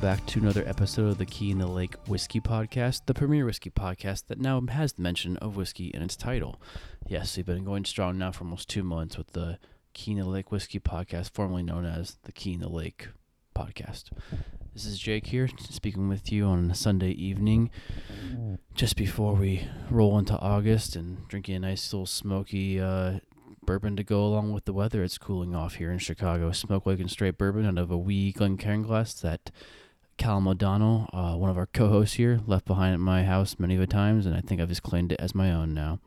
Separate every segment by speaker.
Speaker 1: back to another episode of the Key in the Lake Whiskey Podcast, the premier whiskey podcast that now has the mention of whiskey in its title. Yes, we've been going strong now for almost two months with the Key in the Lake Whiskey Podcast, formerly known as the Key in the Lake Podcast. This is Jake here, speaking with you on a Sunday evening, just before we roll into August and drinking a nice little smoky uh, bourbon to go along with the weather. It's cooling off here in Chicago. Smoke Lake and Straight Bourbon out of a wee Glencairn glass that Callum O'Donnell, uh, one of our co-hosts here, left behind at my house many of the times, and I think I've just claimed it as my own now.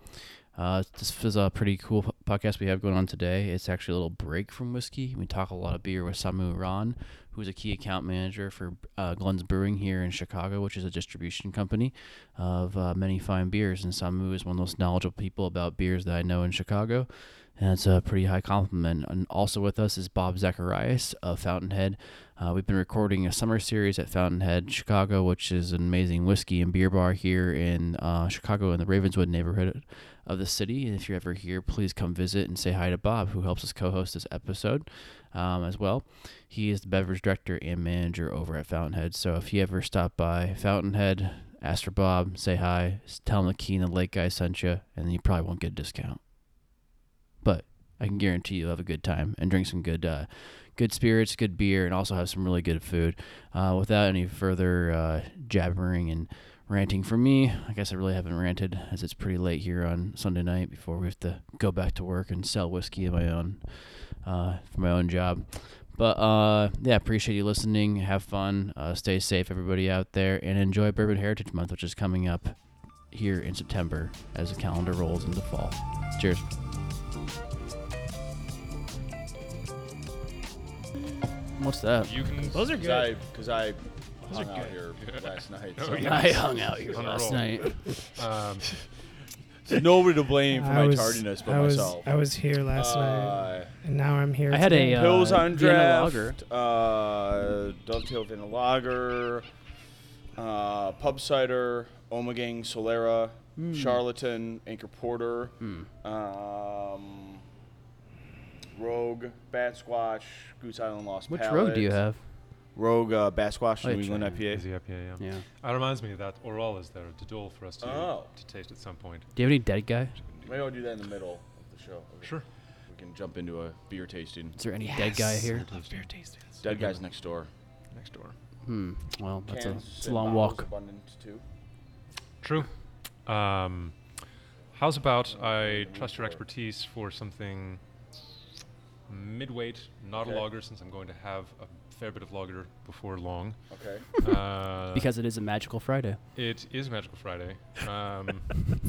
Speaker 1: Uh, this is a pretty cool po- podcast we have going on today. It's actually a little break from whiskey. We talk a lot of beer with Samu Ron, who's a key account manager for uh, Glenn's Brewing here in Chicago, which is a distribution company of uh, many fine beers. And Samu is one of those knowledgeable people about beers that I know in Chicago. And it's a pretty high compliment. And also with us is Bob Zacharias of Fountainhead. Uh, we've been recording a summer series at Fountainhead, Chicago, which is an amazing whiskey and beer bar here in uh, Chicago in the Ravenswood neighborhood of the city. And if you're ever here, please come visit and say hi to Bob, who helps us co host this episode um, as well. He is the beverage director and manager over at Fountainhead. So if you ever stop by Fountainhead, ask for Bob, say hi, s- tell him the Keen and Lake guy sent you, and then you probably won't get a discount. But I can guarantee you'll have a good time and drink some good, uh, good spirits, good beer, and also have some really good food. Uh, without any further uh, jabbering and ranting from me, I guess I really haven't ranted as it's pretty late here on Sunday night before we have to go back to work and sell whiskey of my own uh, for my own job. But uh, yeah, appreciate you listening. Have fun. Uh, stay safe, everybody out there, and enjoy Bourbon Heritage Month, which is coming up here in September as the calendar rolls into fall. Cheers. What's that?
Speaker 2: You can.
Speaker 3: Those are good.
Speaker 4: Because I,
Speaker 3: Those
Speaker 4: hung
Speaker 3: are
Speaker 4: out
Speaker 3: good.
Speaker 4: here last night.
Speaker 2: Oh,
Speaker 4: so-
Speaker 2: yeah.
Speaker 1: I hung out here
Speaker 2: On a
Speaker 1: last
Speaker 2: roll.
Speaker 1: night.
Speaker 2: Um,
Speaker 4: There's nobody to blame for
Speaker 3: I
Speaker 4: my
Speaker 3: was-
Speaker 4: tardiness but
Speaker 3: I was,
Speaker 4: myself.
Speaker 3: I was here last night,
Speaker 4: uh,
Speaker 3: and now I'm here.
Speaker 1: I had a,
Speaker 3: today.
Speaker 1: uh,
Speaker 4: Pills on
Speaker 1: Vienna
Speaker 4: draft. Uh, Dovetail Vienna Lager. Uh, Pub Cider. Omegang Solera.
Speaker 1: Hmm.
Speaker 4: Charlatan. Anchor Porter. Um, Rogue. Bat Squash. Goose Island Lost
Speaker 1: Which
Speaker 4: Palate,
Speaker 1: road do you have?
Speaker 4: Rogue uh, Bat Squash.
Speaker 1: Oh,
Speaker 4: New
Speaker 1: yeah,
Speaker 4: England
Speaker 1: sure.
Speaker 4: IPA.
Speaker 2: is the IPA, yeah.
Speaker 1: Yeah.
Speaker 2: That reminds me that Oral is there, the duel for us to,
Speaker 4: Oh.
Speaker 2: to taste at some point.
Speaker 1: Do you have any dead guy?
Speaker 4: Maybe I'll do that in the middle of the show.
Speaker 2: Sure.
Speaker 4: We can jump into a beer tasting.
Speaker 1: Is there any dead guy here?
Speaker 2: beer tastings.
Speaker 4: Dead guys next door.
Speaker 2: Next door.
Speaker 1: Hmm. Well, that's a,
Speaker 4: Cans
Speaker 1: it's a
Speaker 4: and
Speaker 1: long
Speaker 4: bottles
Speaker 1: walk.
Speaker 4: abundant, too.
Speaker 2: True. Um, how's about I trust your expertise for something midweight, not
Speaker 4: Okay.
Speaker 2: a lager, since I'm going to have a fair bit of lager before long.
Speaker 4: Okay.
Speaker 2: Uh,
Speaker 1: Because it is a magical Friday.
Speaker 2: It is Magical Friday. Um,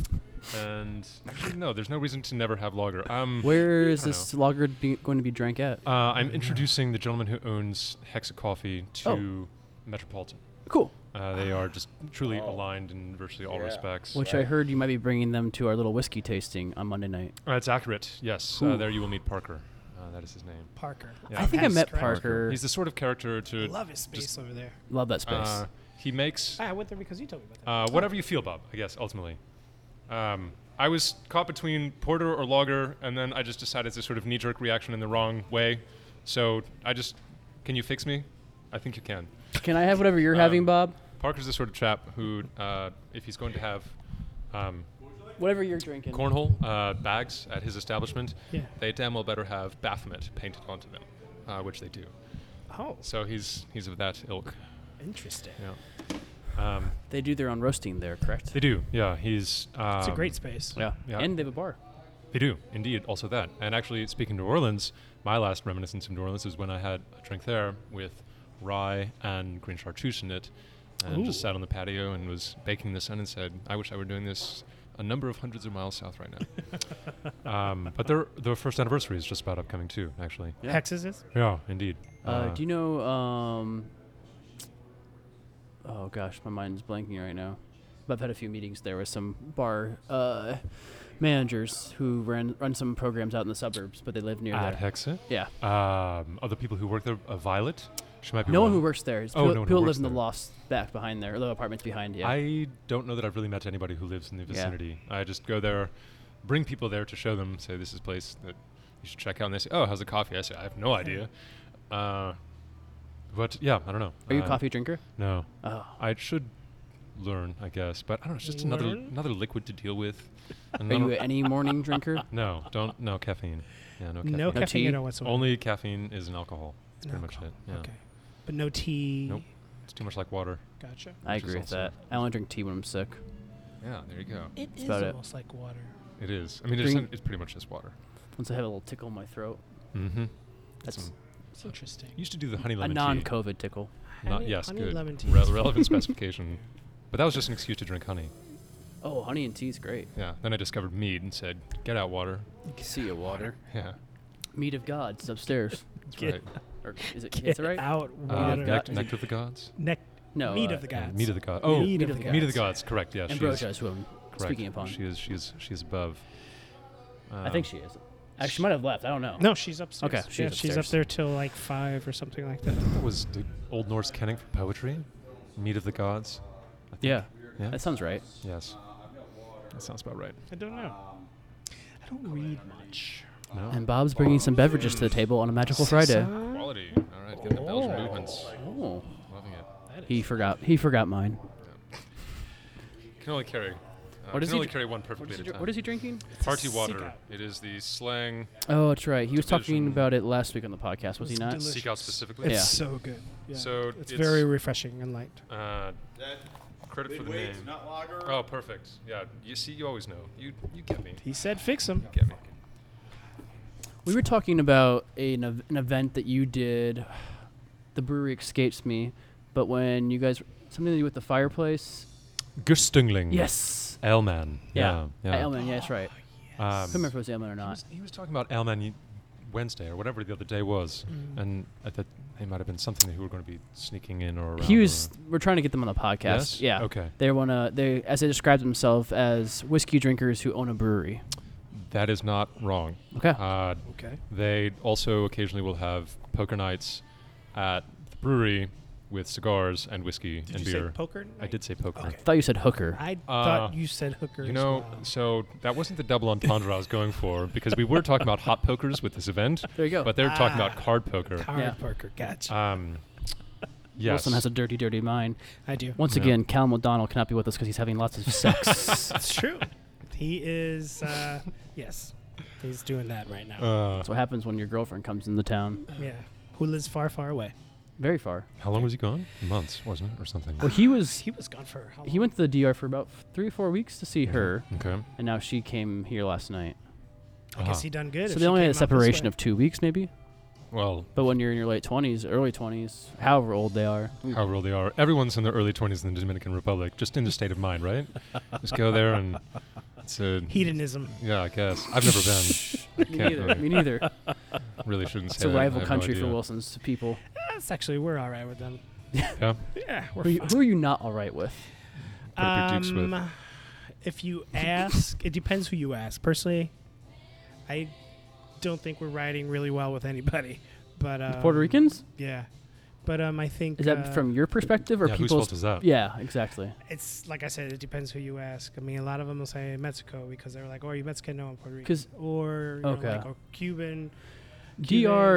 Speaker 2: and actually, no, there's no reason to never have lager. Um,
Speaker 1: Where is
Speaker 2: I don't
Speaker 1: this lager be, going to be drank at?
Speaker 2: Uh, I'm introducing the gentleman who owns Hexa Coffee to
Speaker 1: Oh.
Speaker 2: Metropolitan.
Speaker 1: Cool.
Speaker 2: Uh, they are just truly
Speaker 4: Oh.
Speaker 2: aligned in virtually all
Speaker 4: Yeah.
Speaker 2: respects.
Speaker 1: Which I heard you might be bringing them to our little whiskey tasting on Monday night.
Speaker 2: Uh, it's accurate, yes.
Speaker 1: Ooh.
Speaker 2: Uh, there you will meet Parker. Uh, that is his name.
Speaker 3: Parker.
Speaker 2: Yeah.
Speaker 1: I think I
Speaker 3: Yes,
Speaker 1: met
Speaker 3: correct.
Speaker 1: Parker.
Speaker 2: He's the sort of character to.
Speaker 3: Love his space
Speaker 2: Just-
Speaker 3: over there.
Speaker 1: Love that space.
Speaker 2: Uh, he makes
Speaker 3: Ah, I went there because you told me about
Speaker 2: uh,
Speaker 3: that.
Speaker 2: whatever you feel, Bob, I guess, ultimately. Um, I was caught between porter or lager, and then I just decided it's a sort of knee jerk reaction in the wrong way. So I just. Can you fix me? I think you can.
Speaker 1: Can I have whatever you're having,
Speaker 2: um,
Speaker 1: Bob?
Speaker 2: Parker's the sort of chap who, uh, if he's going to have um,
Speaker 1: Whatever you're drinking.
Speaker 2: cornhole uh, bags at his establishment,
Speaker 3: Yeah.
Speaker 2: they damn well better have Baphomet painted onto them, uh, which they do.
Speaker 3: oh,
Speaker 2: So he's he's of that ilk.
Speaker 3: interesting.
Speaker 2: Yeah. Um,
Speaker 1: They do their own roasting there, correct?
Speaker 2: they do. Yeah, he's. Um,
Speaker 3: It's a great space.
Speaker 1: yeah.
Speaker 2: Yeah.
Speaker 1: And they have a bar.
Speaker 2: They do indeed. Also that. And actually, speaking of New Orleans, my last reminiscence of New Orleans is when I had a drink there with rye and green chartreuse in it, and just
Speaker 3: Ooh.
Speaker 2: sat on the patio and was baking in the sun and said, "I wish I were doing this." A number of hundreds of miles south right now, um, but their their first anniversary is just about upcoming too. Actually,
Speaker 1: Yeah.
Speaker 3: Hexes is?
Speaker 2: yeah, indeed.
Speaker 1: Uh, do you know? Um, oh gosh, my mind's blanking right now. But I've had a few meetings there with some bar uh, managers who ran run some programs out in the suburbs, but they live near
Speaker 2: at
Speaker 1: there.
Speaker 2: Hexa?
Speaker 1: Yeah,
Speaker 2: Um, other people who work there, uh, Violet. She might be
Speaker 1: no one
Speaker 2: one.
Speaker 1: who works there. It's
Speaker 2: Oh,
Speaker 1: people,
Speaker 2: no one who
Speaker 1: people
Speaker 2: works
Speaker 1: live in the
Speaker 2: there.
Speaker 1: lofts back behind there, or the apartments behind. Yeah,
Speaker 2: I don't know that I've really met anybody who lives in the vicinity. I just go there, bring people there to show them, say this is a place that you should check out, and they say, "Oh, how's the coffee?" I say, "I have no idea." Uh, But yeah, I don't know.
Speaker 1: Are you a
Speaker 2: Uh,
Speaker 1: coffee drinker?
Speaker 2: No,
Speaker 1: Oh,
Speaker 2: I should learn, I guess. But I don't know. It's just another
Speaker 3: Learn?
Speaker 2: another liquid to deal with. And
Speaker 1: are
Speaker 2: I
Speaker 1: you
Speaker 2: don't-
Speaker 1: any morning drinker?
Speaker 2: no, don't no caffeine. Yeah, no caffeine.
Speaker 3: No
Speaker 1: tea?
Speaker 3: caffeine at all whatsoever.
Speaker 2: Only caffeine is an alcohol. That's
Speaker 3: No
Speaker 2: pretty much
Speaker 3: alcohol.
Speaker 2: it. Yeah.
Speaker 3: Okay. But no tea.
Speaker 2: Nope. It's too much like water.
Speaker 3: Gotcha.
Speaker 1: I
Speaker 2: Which is
Speaker 1: agree with
Speaker 2: also-
Speaker 1: that. I only drink tea when I'm sick.
Speaker 2: Yeah, there you go.
Speaker 3: It is
Speaker 1: about it.
Speaker 3: almost like water.
Speaker 2: It is. I mean, it's,
Speaker 1: Green-
Speaker 2: it's pretty much just water.
Speaker 1: Once I have a little tickle in my throat,
Speaker 2: Mm-hmm.
Speaker 1: that's
Speaker 3: It's interesting.
Speaker 2: used to do the honey
Speaker 1: a
Speaker 2: lemon tea.
Speaker 1: non-COVID tickle.
Speaker 2: Not,
Speaker 3: Honey-
Speaker 2: yes,
Speaker 3: honey
Speaker 2: good.
Speaker 3: lemon tea
Speaker 2: Re-
Speaker 3: is
Speaker 2: relevant specification. But that was just an excuse to drink honey.
Speaker 1: Oh, honey and tea's great.
Speaker 2: Yeah. Then I discovered mead and said, "Get out water."
Speaker 1: See you, water.
Speaker 2: Yeah.
Speaker 1: Meat of God. It's upstairs.
Speaker 2: That's
Speaker 3: Get
Speaker 2: right.
Speaker 1: Or is it?
Speaker 3: Get
Speaker 1: It's right.
Speaker 3: out
Speaker 2: Uh,
Speaker 3: water.
Speaker 1: Meat of God-
Speaker 2: nect- nectar of the gods.
Speaker 3: Neck.
Speaker 1: No,
Speaker 3: meat
Speaker 1: uh,
Speaker 3: of the
Speaker 2: Yeah,
Speaker 3: gods.
Speaker 2: meat of the god. Oh,
Speaker 3: meat,
Speaker 1: Meat
Speaker 3: of
Speaker 1: of
Speaker 3: the
Speaker 1: the
Speaker 3: gods.
Speaker 2: meat of the gods. Correct. Yeah. she is,
Speaker 1: Ambrosia is who I'm
Speaker 2: correct.
Speaker 1: speaking upon.
Speaker 2: She is. She is. She is above.
Speaker 1: I think she is. Uh, she might have left. I don't know.
Speaker 3: No, she's upstairs.
Speaker 1: Okay, she's
Speaker 3: yeah, she's up
Speaker 1: upstairs.
Speaker 3: there till like five or something like that.
Speaker 2: That was the Old Norse kenning for poetry. Meat of the gods. I think.
Speaker 1: Yeah,
Speaker 2: Yeah.
Speaker 1: that sounds right.
Speaker 2: yes. That sounds about right.
Speaker 3: I don't know. I don't read much.
Speaker 2: No.
Speaker 1: And Bob's bringing some beverages to the table on a magical Friday.
Speaker 2: Quality. All right. Getting the bells and movements.
Speaker 1: Oh,
Speaker 2: Loving it.
Speaker 1: he forgot. He forgot mine.
Speaker 2: Can only carry. Uh,
Speaker 1: Oh. What is
Speaker 2: can
Speaker 1: he
Speaker 2: only
Speaker 1: dr-
Speaker 2: carry one perfectly at a time.
Speaker 1: What is he drinking?
Speaker 2: Party
Speaker 3: Seek
Speaker 2: water.
Speaker 3: out.
Speaker 2: It is the slang
Speaker 1: Oh, that's right. He was talking
Speaker 2: Division.
Speaker 1: about it last week on the podcast. Was he
Speaker 3: It's
Speaker 1: not?
Speaker 3: delicious.
Speaker 2: seek out specifically.
Speaker 3: It's
Speaker 1: Yeah.
Speaker 3: so good. Yeah.
Speaker 2: So
Speaker 3: it's,
Speaker 2: it's-
Speaker 3: very refreshing and light.
Speaker 2: Uh,
Speaker 4: That
Speaker 2: credit for the name.
Speaker 4: midweek's not lager.
Speaker 2: Oh, perfect. Yeah. You see, you always know. You you get me.
Speaker 3: He said, "Fix them."
Speaker 2: Get me.
Speaker 1: We were talking about an, ev- an event that you did. The brewery escapes me, but when you guys something to do with the fireplace.
Speaker 2: Güstingling.
Speaker 1: Yes.
Speaker 2: Elman.
Speaker 1: Yeah.
Speaker 2: Yeah.
Speaker 1: Elman. Yeah, that's right. I
Speaker 2: Um,
Speaker 1: don't remember if it was Elman or
Speaker 2: he,
Speaker 1: not.
Speaker 2: was, he was talking about Elman y- Wednesday or whatever the other day was,
Speaker 1: Mm.
Speaker 2: and I thought it might have been something that you were going to be sneaking in or around.
Speaker 1: He was.
Speaker 2: or-
Speaker 1: We're trying to get them on the podcast.
Speaker 2: Yes?
Speaker 1: Yeah.
Speaker 2: Okay.
Speaker 1: They wanna. They as they describe themselves as whiskey drinkers who own a brewery.
Speaker 2: That is not wrong.
Speaker 1: Okay.
Speaker 2: Uh,
Speaker 3: Okay.
Speaker 2: They also occasionally will have poker nights at the brewery with cigars and whiskey
Speaker 3: Did
Speaker 2: and
Speaker 3: you
Speaker 2: beer.
Speaker 3: say poker?
Speaker 2: I did say poker.
Speaker 3: Okay.
Speaker 1: I thought you said hooker.
Speaker 3: I
Speaker 2: Uh,
Speaker 3: thought you said hooker.
Speaker 2: You
Speaker 3: as
Speaker 2: know,
Speaker 3: well.
Speaker 2: so that wasn't the double entendre I was going for because we were talking about hot pokers with this event,
Speaker 1: there you go.
Speaker 2: but they're talking about
Speaker 3: Ah.
Speaker 2: card poker.
Speaker 3: Card
Speaker 1: Yeah. Uh,
Speaker 3: poker. Gotcha.
Speaker 2: Um, yes.
Speaker 1: Wilson has a dirty, dirty mind.
Speaker 3: I do.
Speaker 1: Once
Speaker 2: Yeah.
Speaker 1: again, Callum O'Donnell cannot be with us because he's having lots of sex.
Speaker 3: It's true. He is. Uh, yes, he's doing that right now.
Speaker 2: Uh,
Speaker 1: That's what happens when your girlfriend comes into town.
Speaker 3: yeah. Who lives far, far away?
Speaker 1: Very far.
Speaker 2: how long was he gone? Months, wasn't it, or something?
Speaker 1: Well, he was.
Speaker 3: He was gone for how long?
Speaker 1: He went to the DR for about f- three or four weeks to
Speaker 2: Mm-hmm.
Speaker 1: see her,
Speaker 2: Okay.
Speaker 1: and now she came here last night.
Speaker 3: I guess
Speaker 2: Ah,
Speaker 3: he done good.
Speaker 1: Uh-huh. So
Speaker 3: if
Speaker 1: they
Speaker 3: she
Speaker 1: only had a
Speaker 3: came out this
Speaker 1: separation
Speaker 3: way.
Speaker 1: of two weeks, maybe.
Speaker 2: Well,
Speaker 1: But when you're in your late twenties, early twenties, however old they are,
Speaker 2: however old they are, everyone's in their early 20s in the Dominican Republic, just in the state of mind, right? just go there and it's a
Speaker 3: hedonism.
Speaker 2: Yeah, I guess. I've never been. I
Speaker 1: me
Speaker 2: can't
Speaker 1: neither.
Speaker 2: really,
Speaker 1: Me neither.
Speaker 2: really shouldn't say
Speaker 1: It's a
Speaker 2: that. I
Speaker 1: rival
Speaker 2: have no
Speaker 1: country for
Speaker 2: idea.
Speaker 1: Wilson's people.
Speaker 3: That's actually we're all right with them.
Speaker 2: Yeah.
Speaker 3: Yeah, we're
Speaker 1: Who, you-
Speaker 3: fine.
Speaker 1: who are you not all right with?
Speaker 2: Put up your dukes with.
Speaker 3: Um, if you ask, it depends who you ask. Personally, I don't think we're riding really well with anybody. But um,
Speaker 1: Puerto Ricans?
Speaker 3: Yeah, but um, I think
Speaker 1: Is that
Speaker 3: uh,
Speaker 1: from your perspective or
Speaker 2: yeah, whose
Speaker 1: people's?
Speaker 2: fault is that?
Speaker 1: yeah, exactly.
Speaker 3: It's like I said, it depends who you ask. I mean, a lot of them will say Mexico because they're like, "Oh, are you Mexican? No, I'm Puerto Rican."
Speaker 1: 'Cause-
Speaker 3: Or you know,
Speaker 1: okay.
Speaker 3: like, or Cuban.
Speaker 1: DR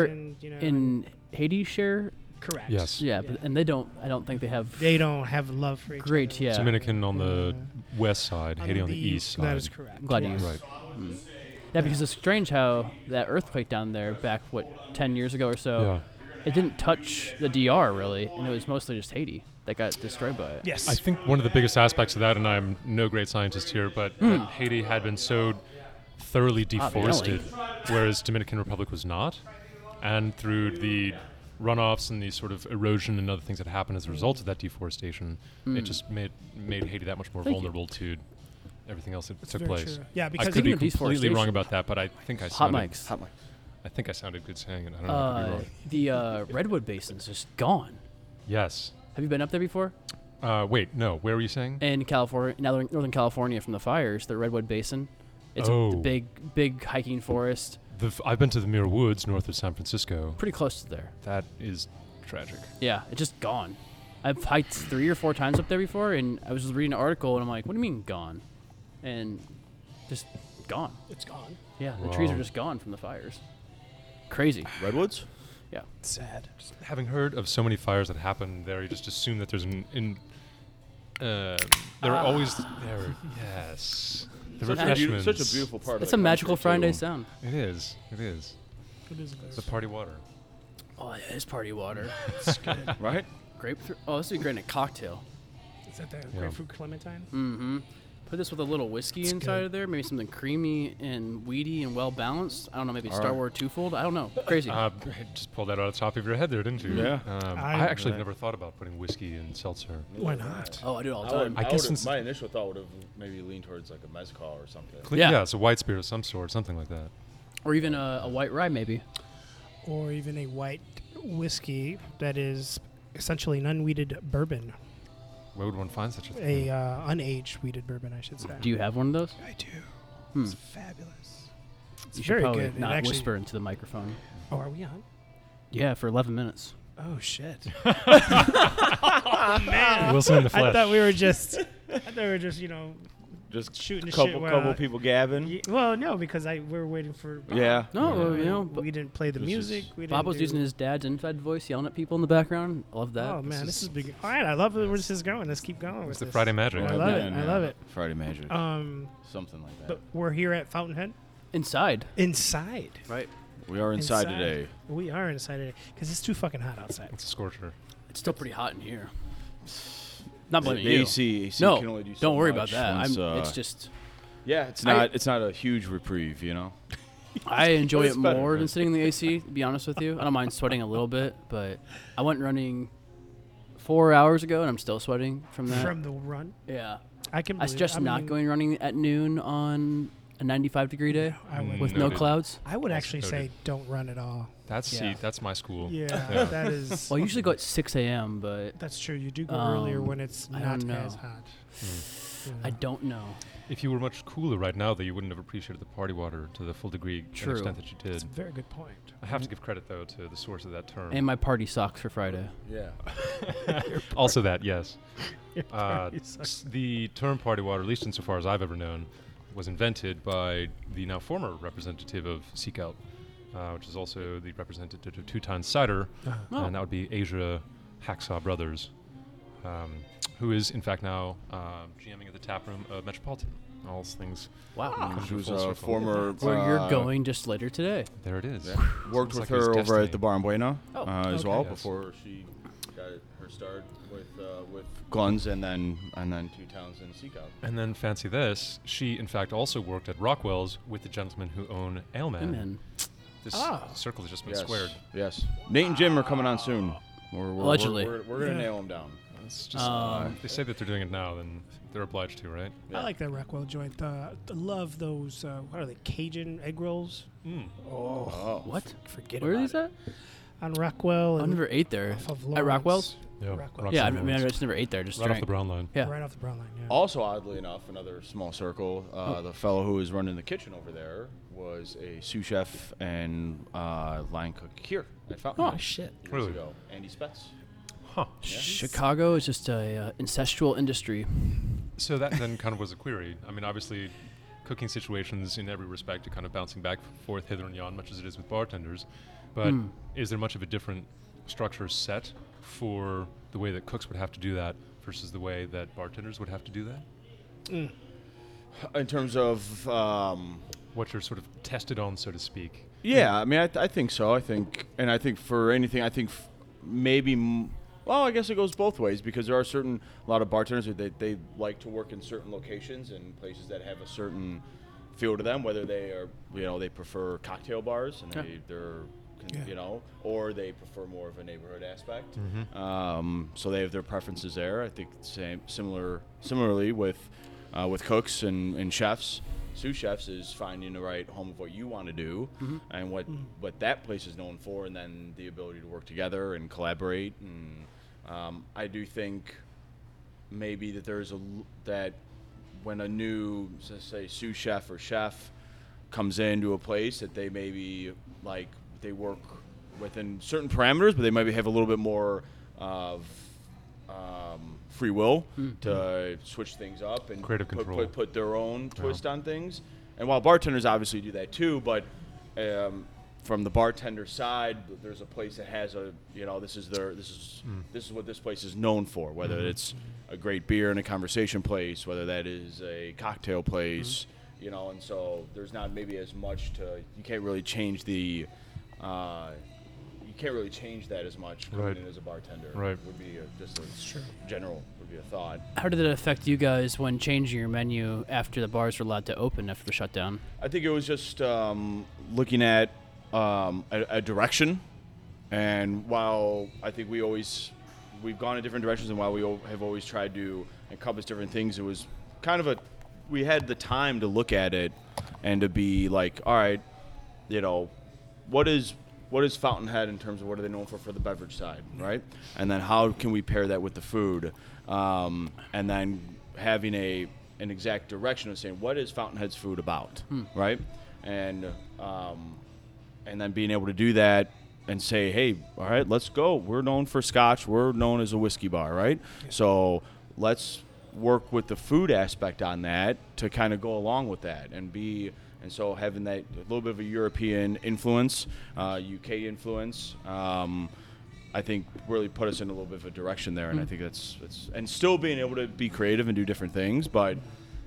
Speaker 3: Cubans and, you know,
Speaker 1: in Haiti share
Speaker 3: correct.
Speaker 2: Yes.
Speaker 1: yeah, But, and they don't i don't think they have
Speaker 3: They don't have love for each
Speaker 1: Great,
Speaker 3: other.
Speaker 1: yeah.
Speaker 2: Dominican on the
Speaker 3: Yeah.
Speaker 2: west side, Haiti on the east side.
Speaker 3: That is correct.
Speaker 1: I'm glad you-
Speaker 3: yes.
Speaker 2: Right.
Speaker 1: yeah because it's strange how that earthquake down there back what 10 years ago or so it didn't touch the dr really and it was mostly just haiti that got destroyed by it
Speaker 3: Yes.
Speaker 2: I think one of the biggest aspects of that, and I'm no great scientist here, but
Speaker 1: Hmm.
Speaker 2: that Haiti had been so thoroughly deforested, whereas Dominican Republic was not, and through the runoffs and the sort of erosion and other things that happened as a result of that deforestation, it just made made Haiti that much more
Speaker 1: Hmm. Thank you.
Speaker 2: vulnerable to everything else that took
Speaker 3: very
Speaker 2: place.
Speaker 3: true. Yeah, because
Speaker 2: I could
Speaker 1: even
Speaker 2: be
Speaker 1: with
Speaker 2: completely
Speaker 1: deforestation-
Speaker 2: wrong about that, but I think I
Speaker 1: hot
Speaker 2: sounded,
Speaker 1: mics
Speaker 4: Hot mic.
Speaker 2: I think I sounded good saying it. I don't know. I could be
Speaker 1: uh,
Speaker 2: wrong.
Speaker 1: the uh, redwood basin's just gone
Speaker 2: Yes.
Speaker 1: have you been up there before
Speaker 2: Uh, wait, no. Where were you saying?
Speaker 1: in california northern, northern california from the fires the redwood basin it's a
Speaker 2: Oh.
Speaker 1: big big hiking forest
Speaker 2: The f- I've been to the Muir Woods north of San Francisco.
Speaker 1: pretty close to there
Speaker 2: That is tragic.
Speaker 1: Yeah, it's just gone. I've hiked three or four times up there before, and I was just reading an article, and I'm like, "What do you mean gone?" And just gone.
Speaker 3: it's gone.
Speaker 1: Yeah, the trees are
Speaker 2: Wow.
Speaker 1: just gone from the fires. Crazy.
Speaker 4: Redwoods?
Speaker 1: Yeah.
Speaker 3: Sad.
Speaker 2: Having heard of so many fires that happen there, you just assume that there's an. In, um, there are always there. Yes, the
Speaker 1: Such a
Speaker 4: Such a, beau-
Speaker 2: refreshments.
Speaker 4: such a beautiful part of
Speaker 1: That's
Speaker 4: the
Speaker 1: a magical
Speaker 4: country, too.
Speaker 1: Friday sound.
Speaker 2: It is. It is.
Speaker 3: It is
Speaker 2: It's a party water.
Speaker 1: Oh, yeah, it's party water.
Speaker 4: Right?
Speaker 1: Grape. oh, this would be great in a cocktail.
Speaker 3: Is that that
Speaker 2: Yeah.
Speaker 3: grapefruit clementine?
Speaker 1: Mm-hmm. Put this with a little whiskey inside
Speaker 3: good.
Speaker 1: of there. Maybe something creamy and weedy and well balanced. I don't know. Maybe Star
Speaker 4: right.
Speaker 1: Wars twofold. I don't know. Crazy.
Speaker 2: Uh, b- just pulled that out of the top of your head there, didn't you?
Speaker 4: Yeah.
Speaker 2: Um,
Speaker 3: I-
Speaker 2: I, actually never thought about putting whiskey in seltzer.
Speaker 3: Why not?
Speaker 1: oh, I do it all the
Speaker 4: I, would,
Speaker 1: time.
Speaker 4: I,
Speaker 2: I guess
Speaker 4: guess
Speaker 2: since-
Speaker 4: my initial thought would have maybe leaned towards like a mezcal or something.
Speaker 2: Cle-
Speaker 1: Yeah.
Speaker 2: yeah. it's a white spirit of some sort, something like that.
Speaker 1: Or even a, a white rye, maybe.
Speaker 3: Or even a white whiskey that is essentially an unweeded bourbon,
Speaker 2: Where would one find such a thing?
Speaker 3: a uh, unaged weeded bourbon, I should say.
Speaker 1: Do you have one of those?
Speaker 3: I do.
Speaker 1: Hmm.
Speaker 3: It's fabulous. It's
Speaker 1: you should
Speaker 3: very
Speaker 1: probably
Speaker 3: good. It
Speaker 1: not
Speaker 3: actually-
Speaker 1: whisper into the microphone.
Speaker 3: Oh, are we on?
Speaker 1: Yeah, for 11 minutes.
Speaker 3: Oh shit!
Speaker 2: Wilson in the
Speaker 3: I
Speaker 2: flesh.
Speaker 3: thought we were just. I thought we were just you know.
Speaker 4: Just
Speaker 3: Shooting the
Speaker 4: couple
Speaker 3: shit, we're
Speaker 4: couple
Speaker 3: not-
Speaker 4: people gabbing.
Speaker 3: y- Well, no, because I we are waiting for.
Speaker 4: Yeah.
Speaker 1: No, you know,
Speaker 3: we
Speaker 1: B-
Speaker 3: didn't play the
Speaker 4: This is-
Speaker 3: music. we
Speaker 1: Bob
Speaker 3: didn't
Speaker 1: was
Speaker 3: do-
Speaker 1: using his dad's inside voice, yelling at people in the background. I love that.
Speaker 3: Oh man, this is, big. All right, I love where this is going. Let's keep going.
Speaker 2: it's
Speaker 3: with
Speaker 2: the
Speaker 3: this.
Speaker 2: Friday magic.
Speaker 3: I love it. I love it.
Speaker 4: Friday magic.
Speaker 3: Um,
Speaker 4: something like that.
Speaker 3: but we're here at Fountainhead
Speaker 1: Inside.
Speaker 3: inside.
Speaker 1: Right.
Speaker 4: we are inside,
Speaker 3: inside.
Speaker 4: today.
Speaker 3: We are inside today because it's too fucking hot outside.
Speaker 2: It's a scorcher.
Speaker 1: It's still pretty hot in here. Not blaming
Speaker 4: the
Speaker 1: you.
Speaker 4: AC, AC
Speaker 1: no,
Speaker 4: can only do so
Speaker 1: don't worry about
Speaker 4: much
Speaker 1: that.
Speaker 4: once,
Speaker 1: I'm,
Speaker 4: uh,
Speaker 1: it's just
Speaker 4: yeah, it's
Speaker 1: I-
Speaker 4: not it's not a huge reprieve, you know.
Speaker 1: I enjoy it
Speaker 4: It's better,
Speaker 1: more
Speaker 4: man.
Speaker 1: than sitting in the AC. To be honest with you, I don't mind sweating a little bit, but I went running four hours ago and I'm still sweating from that.
Speaker 3: From the run,
Speaker 1: yeah,
Speaker 3: I can.
Speaker 1: I
Speaker 3: Believe,
Speaker 1: suggest
Speaker 3: I
Speaker 1: not
Speaker 3: mean,
Speaker 1: going running at noon on a 95 degree day
Speaker 3: I would.
Speaker 1: with Mm, no
Speaker 2: Noted.
Speaker 1: clouds.
Speaker 3: I would
Speaker 2: Also
Speaker 3: actually say
Speaker 2: noted.
Speaker 3: don't run at all.
Speaker 2: That's
Speaker 1: Yeah.
Speaker 2: see, that's my school.
Speaker 3: Yeah,
Speaker 2: Oh. Yeah.
Speaker 3: that is.
Speaker 1: Well, I usually go at 6 a.m., but
Speaker 3: that's true. You do go earlier
Speaker 1: Um,
Speaker 3: when it's
Speaker 1: I
Speaker 3: not
Speaker 1: don't know.
Speaker 3: as hot. You
Speaker 1: I
Speaker 3: know.
Speaker 1: don't know.
Speaker 2: If you were much cooler right now, though, you wouldn't have appreciated the party water to the full degree and
Speaker 1: True. Mm.
Speaker 2: extent that you did.
Speaker 3: That's a very good point.
Speaker 2: I have to give credit though to the source of that term.
Speaker 1: And my party socks for Friday.
Speaker 4: Yeah.
Speaker 2: also that, yes. Uh,
Speaker 3: Party
Speaker 2: s-
Speaker 3: sucks.
Speaker 2: the term party water, at least insofar as I've ever known, was invented by the now former representative of Seek Out, uh, which is also the representative of Teuton Cider,
Speaker 1: Oh.
Speaker 2: and that would be Asia Hacksaw Brothers, um, who is in fact now uh, GMing at the tap room of Metropolitan. All those things.
Speaker 1: Wow.
Speaker 2: come
Speaker 4: She
Speaker 2: full
Speaker 4: was a
Speaker 2: circle.
Speaker 4: former
Speaker 1: Where
Speaker 4: uh,
Speaker 1: you're going just later today.
Speaker 2: There it is.
Speaker 4: yeah, worked
Speaker 2: Sounds
Speaker 4: with
Speaker 2: like his
Speaker 4: her over at
Speaker 2: destiny.
Speaker 4: the Bar in Bueno
Speaker 1: Oh,
Speaker 4: uh, as
Speaker 3: okay.
Speaker 4: well
Speaker 2: Yes.
Speaker 4: before she got her start with uh, with Guns and then and then Two Towns and Seacock.
Speaker 2: And then fancy this, she in fact also worked at Rockwell's with the gentlemen who own Ailman.
Speaker 1: Amen.
Speaker 2: This
Speaker 3: Ah.
Speaker 2: circle has just been squared.
Speaker 4: Yes. Nate and Jim are coming on soon. We're, we're,
Speaker 1: Allegedly.
Speaker 4: We're, we're, we're gonna
Speaker 3: Yeah.
Speaker 4: nail them down.
Speaker 2: It's just
Speaker 1: Um,
Speaker 2: if they say that they're doing it now, then they're obliged to, right?
Speaker 4: Yeah.
Speaker 3: I like that Rockwell joint. Uh, I love those. Uh, what are they? Cajun egg rolls.
Speaker 2: Mm.
Speaker 3: Oh,
Speaker 4: Oh.
Speaker 1: What?
Speaker 3: forget
Speaker 1: Where are
Speaker 3: about
Speaker 1: these
Speaker 3: it.
Speaker 1: at?
Speaker 3: On Rockwell
Speaker 1: I
Speaker 3: and
Speaker 1: never ate there.
Speaker 3: off of
Speaker 1: At
Speaker 3: Lawrence.
Speaker 1: Rockwell's?
Speaker 2: Yeah,
Speaker 3: Rockwell.
Speaker 1: Yeah, I
Speaker 2: Roxanne
Speaker 1: mean, I
Speaker 2: Lawrence.
Speaker 1: just never ate there. I Just
Speaker 2: right off
Speaker 1: drank.
Speaker 2: the brown line.
Speaker 1: Yeah.
Speaker 3: Right off the brown line. Yeah.
Speaker 4: Also, oddly enough, another small circle.
Speaker 2: Oh.
Speaker 4: Uh, The fellow who was running the kitchen over there was a sous chef and uh, line cook here at Fountainhead.
Speaker 1: Oh, shit.
Speaker 4: years
Speaker 2: Really?
Speaker 4: ago. Andy Spetz.
Speaker 2: Huh.
Speaker 1: Chicago is just a uh, incestual industry.
Speaker 2: So that then kind of was a query. I mean, obviously, cooking situations in every respect are kind of bouncing back and forth hither and yon, much as it is with bartenders. But
Speaker 1: Hmm.
Speaker 2: is there much of a different structure set for the way that cooks would have to do that versus the way that bartenders would have to do that?
Speaker 4: In terms of um,
Speaker 2: What you're sort of tested on, so to speak.
Speaker 4: Yeah, I mean, I, th- I think so. I think, and I think for anything, I think f- maybe. M- well, I guess it goes both ways because there are certain a lot of bartenders that they, they like to work in certain locations and places that have a certain feel to them. Whether they are, you know, they prefer cocktail bars and
Speaker 1: Yeah.
Speaker 4: they, they're, con-
Speaker 3: Yeah.
Speaker 4: you know, or they prefer more of a neighborhood aspect. Um, so they have their preferences there. I think same similar similarly with uh, with cooks and, and chefs. Sous chefs is finding the right home of what you want to do and what what that place is known for, and then the ability to work together and collaborate. And um, I do think maybe that there's a l- that when a new so say sous chef or chef comes into a place that they maybe like they work within certain parameters, but they maybe have a little bit more of um, free will to switch things up and
Speaker 2: Creative
Speaker 4: put,
Speaker 2: control.
Speaker 4: put, put their own twist on things. And while bartenders obviously do that too, but um, from the bartender side, there's a place that has a you know this is their this is
Speaker 2: Hmm.
Speaker 4: this is what this place is known for. Whether
Speaker 2: Mm-hmm.
Speaker 4: it's a great beer and a conversation place, whether that is a cocktail
Speaker 2: Mm-hmm.
Speaker 4: place, you know, and so there's not maybe as much to you can't really change the. Uh, you can't really change that as much coming
Speaker 2: Right.
Speaker 4: in as a bartender.
Speaker 2: Right.
Speaker 4: Would be a, just a general would be a thought.
Speaker 1: How did it affect you guys when changing your menu after the bars were allowed to open after the shutdown?
Speaker 4: I think it was just um, looking at um, a, a direction, and while I think we always we've gone in different directions, and while we al- have always tried to encompass different things, it was kind of a we had the time to look at it and to be like, all right, you know, what is what is Fountainhead in terms of what are they known for for the beverage side, right? And then how can we pair that with the food? Um, and then having a an exact direction of saying what is Fountainhead's food about, right? And um, and then being able to do that and say, hey, all right, let's go. We're known for scotch. We're known as a whiskey bar, right? So let's work with the food aspect on that to kind of go along with that and be. And so having that a little bit of a European influence, uh, UK influence, um, I think really put us in a little bit of a direction there. And I think that's, that's and still being able to be creative and do different things, but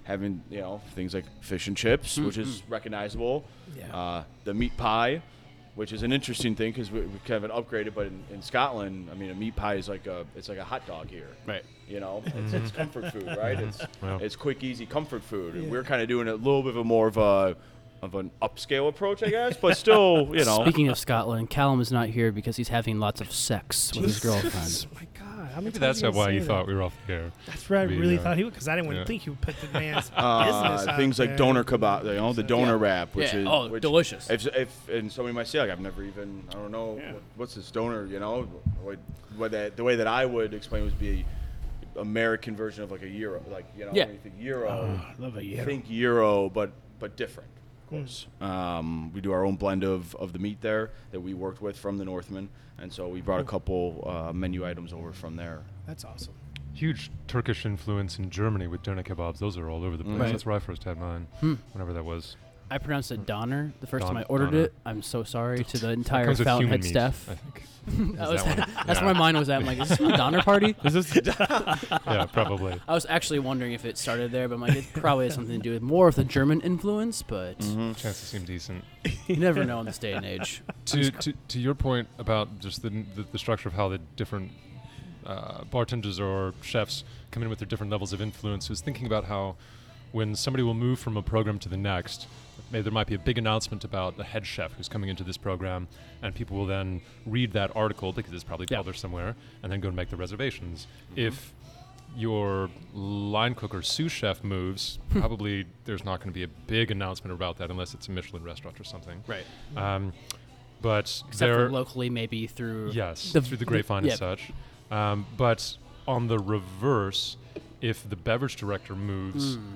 Speaker 4: having you know things like fish and chips, which is recognizable.
Speaker 3: Yeah.
Speaker 4: Uh, the meat pie, which is an interesting thing because we, we kind of upgraded, but in, in Scotland, I mean, a meat pie is like a it's like a hot dog here.
Speaker 2: Right.
Speaker 4: You know, it's, it's comfort food, right? It's
Speaker 2: Yeah.
Speaker 4: it's quick, easy comfort food. And we're kind of doing a little bit of a more of a of an upscale approach, I guess, but still, you know.
Speaker 1: Speaking of Scotland, Callum is not here because he's having lots of sex with his girlfriend.
Speaker 3: Oh my God. How
Speaker 2: Maybe
Speaker 3: many times
Speaker 2: that's
Speaker 3: you
Speaker 2: not
Speaker 3: gonna
Speaker 2: why
Speaker 3: say
Speaker 2: you
Speaker 3: that?
Speaker 2: thought we were off the air.
Speaker 3: That's where I
Speaker 2: we,
Speaker 3: really
Speaker 2: uh,
Speaker 3: thought he would, because I didn't
Speaker 2: yeah.
Speaker 3: want to think he would put the man's business
Speaker 4: Uh,
Speaker 3: out
Speaker 4: things like
Speaker 3: there.
Speaker 4: doner kebab, you know, the doner wrap, which
Speaker 1: Yeah.
Speaker 4: is
Speaker 1: Oh,
Speaker 4: which-
Speaker 1: delicious.
Speaker 4: If, if and somebody might say like I've never even I don't know what, what's this doner, you know, what, what that the way that I would explain would be American version of like a euro, like you know,
Speaker 1: Yeah.
Speaker 4: when you think euro,
Speaker 3: Love a
Speaker 4: you think euro, but but different. Of course, um, we do our own blend of, of the meat there that we worked with from the Northmen, and so we brought a couple uh, menu items over from there.
Speaker 3: That's awesome.
Speaker 2: Huge Turkish influence in Germany with doner kebabs. Those are all over the place.
Speaker 1: Right.
Speaker 2: That's where I first had mine,
Speaker 3: Hmm.
Speaker 2: whenever that was.
Speaker 1: I pronounced it Donner the first
Speaker 2: Don-
Speaker 1: time I ordered
Speaker 2: Donner.
Speaker 1: it. I'm so sorry to the
Speaker 2: That
Speaker 1: entire
Speaker 2: comes with human
Speaker 1: Fountainhead
Speaker 2: meat,
Speaker 1: staff.
Speaker 2: I think.
Speaker 1: That was-
Speaker 2: Oh, that one?
Speaker 1: that's
Speaker 2: Yeah.
Speaker 1: where my mind was at. I'm like, is this a Donner party?
Speaker 2: yeah, probably.
Speaker 1: I was actually wondering if it started there, but I'm like, it probably has something to do with more of the German influence, but
Speaker 2: Mm-hmm. Chances seem decent.
Speaker 1: you never know in this day and age.
Speaker 2: to, to, to your point about just the, the, the structure of how the different uh, bartenders or chefs come in with their different levels of influence, I was thinking about how when somebody will move from a program to the next, may, there might be a big announcement about the head chef who's coming into this program, and people will then read that article because it's probably
Speaker 1: Yeah. Mm-hmm.
Speaker 2: published somewhere, and then go and make the reservations. If your line cook or sous chef moves, probably there's not going to be a big announcement about that unless it's a Michelin restaurant or something.
Speaker 1: Right.
Speaker 2: Um, but
Speaker 1: Except
Speaker 2: there,
Speaker 1: for locally, maybe through
Speaker 2: yes,
Speaker 1: the-
Speaker 2: through the
Speaker 1: the-
Speaker 2: grapevine
Speaker 1: yeah.
Speaker 2: and such. Um, but on the reverse, if the beverage director moves,
Speaker 1: Hmm.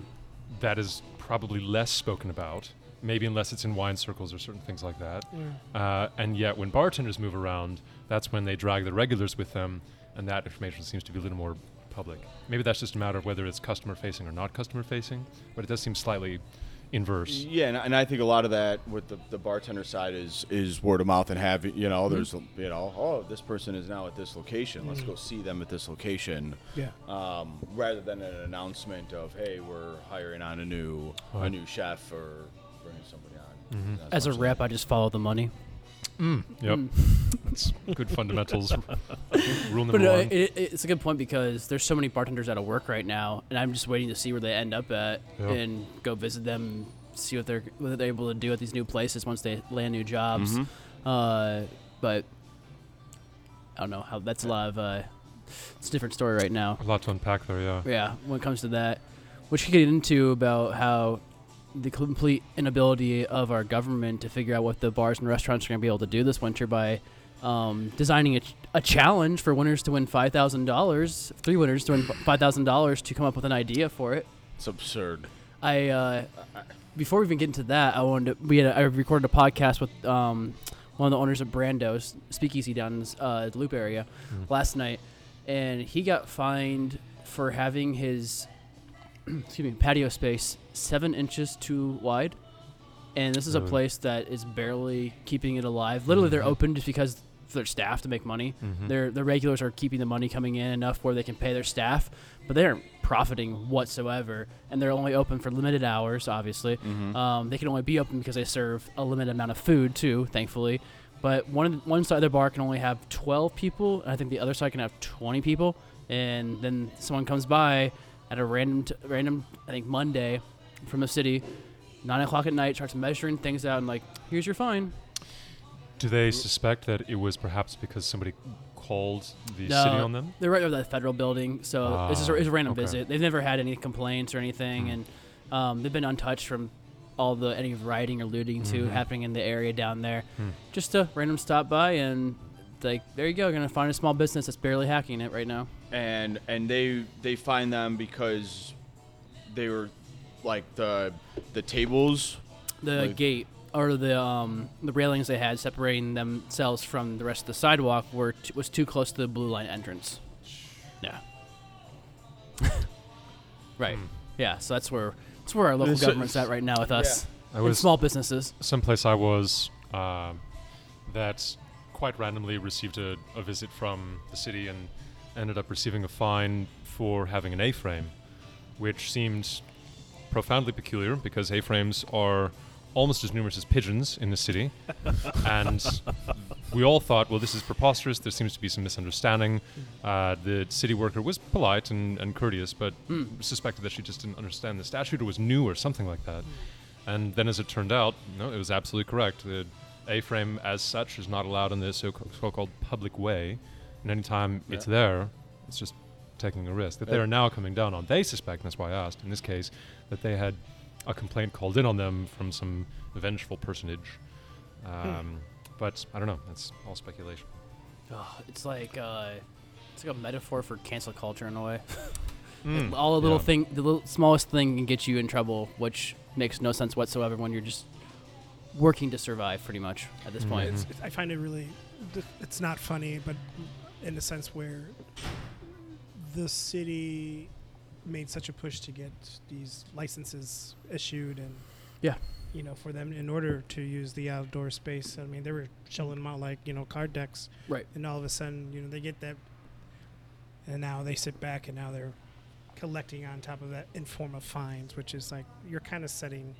Speaker 2: that is probably less spoken about. Maybe unless it's in wine circles or certain things like that. Uh, and yet, when bartenders move around, that's when they drag the regulars with them, and that information seems to be a little more public. Maybe that's just a matter of whether it's customer facing or not customer facing, but it does seem slightly inverse.
Speaker 4: Yeah, and, and I think a lot of that with the, the bartender side is is word of mouth and have you know there's you know oh this person is now at this location let's go see them at this location
Speaker 3: Yeah.
Speaker 4: um, rather than an announcement of hey we're hiring on a new a
Speaker 2: Right.
Speaker 4: new chef or bringing somebody on
Speaker 1: As
Speaker 4: That's
Speaker 1: a
Speaker 4: what I'm saying.
Speaker 1: rep, I just follow the money.
Speaker 2: Mm, Yep, that's good fundamentals. Rule
Speaker 1: Mm.
Speaker 2: number
Speaker 1: But uh,
Speaker 2: one.
Speaker 1: it, it, it's a good point because there's so many bartenders out of work right now, and I'm just waiting to see where they end up at
Speaker 2: Yeah.
Speaker 1: and go visit them, see what they're what they're able to do at these new places once they land new jobs.
Speaker 4: Mm-hmm.
Speaker 2: Mm-hmm.
Speaker 1: Uh, but I don't know how that's a lot of uh, it's a different story right now.
Speaker 2: A lot to unpack there, yeah.
Speaker 1: Yeah, when it comes to that, which you get into about how the complete inability of our government to figure out what the bars and restaurants are going to be able to do this winter by um, designing a, ch- a challenge for winners to win five thousand dollars, three winners to win five thousand dollars to come up with an idea for it.
Speaker 4: it's absurd
Speaker 1: I uh, before we even get into that, I wanted to, we had a, I recorded a podcast with um, one of the owners of Brando's Speakeasy down in this, uh, the Loop area last night, and he got fined for having his excuse me patio space seven inches too wide and this is a
Speaker 5: Really?
Speaker 1: place that is barely keeping it alive. Literally, they're
Speaker 5: Mhm.
Speaker 1: open just because their staff to make money.
Speaker 2: Mm-hmm.
Speaker 5: Mhm.
Speaker 1: Their their regulars are keeping the money coming in enough where they can pay their staff, but they aren't profiting whatsoever, and they're only open for limited hours. Obviously,
Speaker 4: Mm-hmm. Uh,
Speaker 1: um, they can only be open because they serve a limited amount of food too. Thankfully, but one one side of their bar can only have twelve people, and I think the other side can have twenty people. And then someone comes by at a random t- random I think Monday from the city, nine o'clock at night, starts measuring things out and like, here's your fine.
Speaker 2: Do they suspect that it was perhaps because somebody called the
Speaker 1: No.
Speaker 2: city on them?
Speaker 1: They're right over that federal building, so this is a,
Speaker 5: Ah,
Speaker 1: it's a random
Speaker 2: okay.
Speaker 1: visit. They've never had any complaints or anything,
Speaker 5: Hmm.
Speaker 1: and um, they've been untouched from all the any rioting or looting to
Speaker 5: Mhm.
Speaker 1: happening in the area down there.
Speaker 5: Hmm.
Speaker 1: Just a random stop by and like, there you go. Gonna find a small business that's barely hacking it right now.
Speaker 4: and and they they find them because they were like the the tables
Speaker 1: The
Speaker 4: Like-
Speaker 1: gate or the um, the railings they had separating themselves from the rest of the sidewalk were t- was too close to the blue line entrance. Yeah. right.
Speaker 2: Hmm.
Speaker 1: Yeah. So that's where that's where our local
Speaker 4: So-
Speaker 1: government's at right now with us.
Speaker 2: I
Speaker 1: and
Speaker 2: was
Speaker 1: small businesses.
Speaker 2: someplace I was um, that quite randomly received a, a visit from the city and ended up receiving a fine for having an A-frame, which seemed profoundly peculiar because A-frames are almost as numerous as pigeons in the city, and we all thought, well, this is preposterous. There seems to be some misunderstanding. Uh, the city worker was polite and, and courteous, but suspected that she just didn't understand the statute or was new or something like that. And then, as it turned out, no, it was absolutely correct. The A-frame, as such, is not allowed in the so- so-called public way, and anytime it's there, it's just taking a risk that they
Speaker 4: Yeah.
Speaker 2: are now coming down on. They suspect, and that's why I asked in this case, that they had a complaint called in on them from some vengeful personage.
Speaker 1: Hmm.
Speaker 2: Um, But I don't know. That's all speculation.
Speaker 1: Ugh, it's like uh, it's like a metaphor for cancel culture in a way.
Speaker 2: Mm,
Speaker 1: All the little
Speaker 2: yeah.
Speaker 1: thing, the little, smallest thing can get you in trouble, which makes no sense whatsoever when you're just working to survive, pretty much at
Speaker 2: Hmm.
Speaker 1: this point.
Speaker 3: It's, it's- I find it really, th- it's not funny, but in the sense where the city made such a push to get these licenses issued and
Speaker 1: Yeah.
Speaker 3: you know, for them in order to use the outdoor space. I mean, they were shelling them out like you know card decks,
Speaker 1: Right.
Speaker 3: And all of a sudden, you know, they get that, and now they sit back and now they're collecting on top of that in form of fines, which is like you're kind of setting.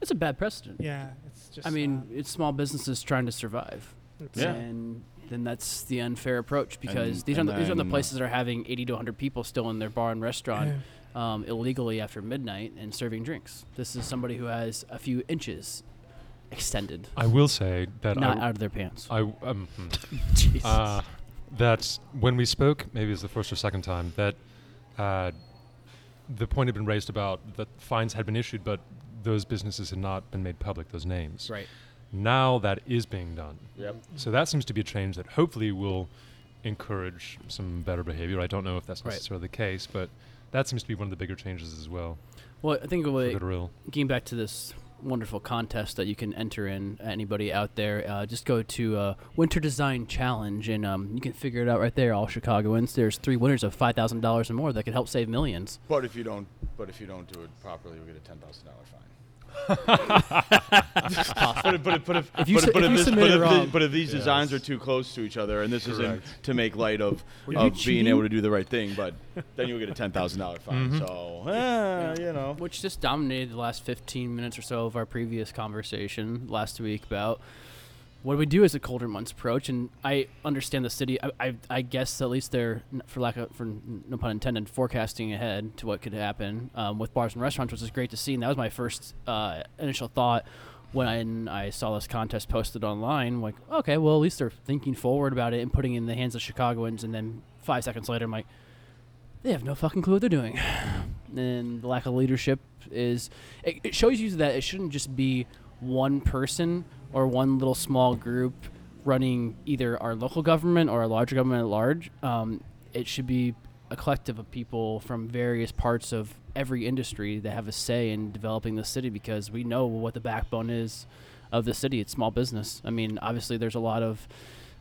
Speaker 1: It's a bad precedent.
Speaker 3: Yeah, it's um, just.
Speaker 1: I mean, it's small businesses trying to survive.
Speaker 3: not- it's
Speaker 4: Yeah.
Speaker 1: And then that's the unfair approach because
Speaker 4: And-
Speaker 1: these, are
Speaker 4: and
Speaker 1: the, these are the
Speaker 4: then-
Speaker 1: places that are having 80 to 100 people still in their bar and restaurant um, illegally after midnight and serving drinks. This is somebody who has a few inches extended,
Speaker 2: I will say that
Speaker 1: not
Speaker 2: I,
Speaker 1: out of their pants.
Speaker 2: I um, hmm.
Speaker 1: Jesus.
Speaker 2: uh, that when we spoke, maybe it was the first or second time, that uh, the point had been raised about that fines had been issued, but those businesses had not been made public, those names.
Speaker 1: right.
Speaker 2: Now that is being done.
Speaker 4: yep
Speaker 2: So that seems to be a change that hopefully will encourage some better behavior. I don't know if that's
Speaker 1: Right.
Speaker 2: necessarily the case, but that seems to be one of the bigger changes as well.
Speaker 1: Well, I think
Speaker 2: for
Speaker 1: what,
Speaker 2: good or ill.
Speaker 1: getting back to this wonderful contest that you can enter in anybody out there uh, just go to uh, winter design challenge and um, you can figure it out right there all chicagoans there's three winners of $5000 and more that could help save millions
Speaker 4: but if you don't but if you don't do it properly we get a ten thousand dollar fine but if, but if, but if,
Speaker 1: If you
Speaker 4: but
Speaker 1: su-
Speaker 4: but
Speaker 1: if you
Speaker 4: this-
Speaker 1: submit
Speaker 4: but
Speaker 1: it
Speaker 4: if the-
Speaker 1: wrong-
Speaker 4: but if these designs
Speaker 2: Yes.
Speaker 4: are too close to each other, and this
Speaker 2: Correct.
Speaker 4: isn't to make light of,
Speaker 1: you
Speaker 4: of being
Speaker 1: cheating?
Speaker 4: able to do the right thing, but then you'll get a ten thousand dollar fine.
Speaker 2: Mm-hmm.
Speaker 4: So, eh, you know,
Speaker 1: which just dominated the last 15 minutes or so of our previous conversation last week about what we do as the colder months approach and i understand the city i, I, I guess at least they're n- for lack of for n- no pun intended forecasting ahead to what could happen um, with bars and restaurants which is great to see and that was my first uh, initial thought when I saw this contest posted online, like, okay, well, at least they're thinking forward about it and putting it in the hands of Chicagoans. And then five seconds later, I'm like, they have no fucking clue what they're doing and the lack of leadership is it, it shows you that it shouldn't just be one person or one little small group running either our local government or our larger government at large um, it should be a collective of people from various parts of every industry that have a say in developing the city because we know what the backbone is of the city it's small business i mean obviously there's a lot of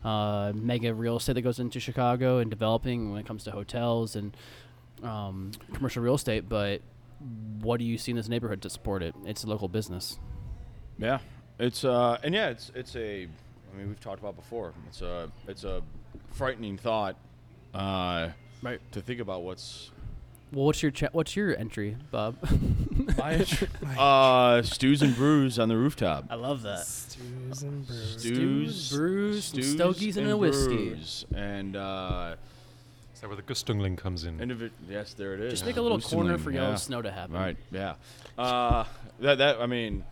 Speaker 1: uh, mega real estate that goes into chicago and developing when it comes to hotels and um, commercial real estate, but what do you see in this neighborhood to support it? It's a local business.
Speaker 4: Yeah, it's uh, and yeah, it's it's a. I mean, we've talked about before. It's a it's a frightening thought. Uh,
Speaker 1: Right.
Speaker 4: To think about what's
Speaker 1: Well, what's your cha- what's your entry, Bob?
Speaker 4: uh, stews and brews on the rooftop.
Speaker 1: I love that.
Speaker 3: Stews and brews.
Speaker 4: Stews,
Speaker 1: brews, and stogies, and a whiskey.
Speaker 4: brews. And uh,
Speaker 2: Is that where the Gustungling comes in?
Speaker 4: individ- yes, there it is.
Speaker 1: Just make a little corner
Speaker 4: Goosling,
Speaker 1: for yellow
Speaker 4: yeah.
Speaker 1: snow to happen.
Speaker 4: Right. Yeah. Uh, that that I mean.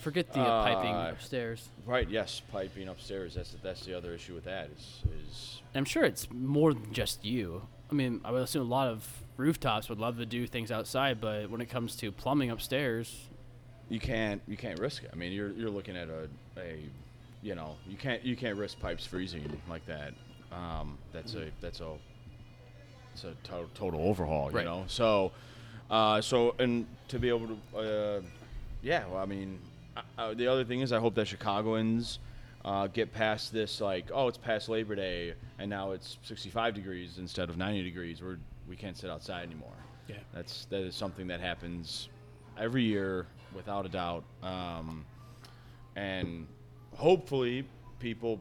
Speaker 1: Forget the uh, piping
Speaker 4: Uh,
Speaker 1: upstairs.
Speaker 4: Right. Yes. Piping upstairs. That's that's the other issue with that is is
Speaker 1: And I'm sure it's more than just you. I mean, I would assume a lot of rooftops would love to do things outside, but when it comes to plumbing upstairs,
Speaker 4: you can't you can't risk it. I mean, you're you're looking at a, a you know you can't you can't risk pipes freezing like that. Um, that's a that's a it's a to- total overhaul, you
Speaker 1: Right.
Speaker 4: know. So, uh, so and to be able to, uh, yeah. Well, I mean, I, I, the other thing is I hope that Chicagoans. Uh, get past this like oh it's past labor day and now it's 65 degrees instead of 90 degrees we're we can't sit outside anymore
Speaker 3: Yeah.
Speaker 4: that's that is something that happens every year without a doubt, um, and hopefully people,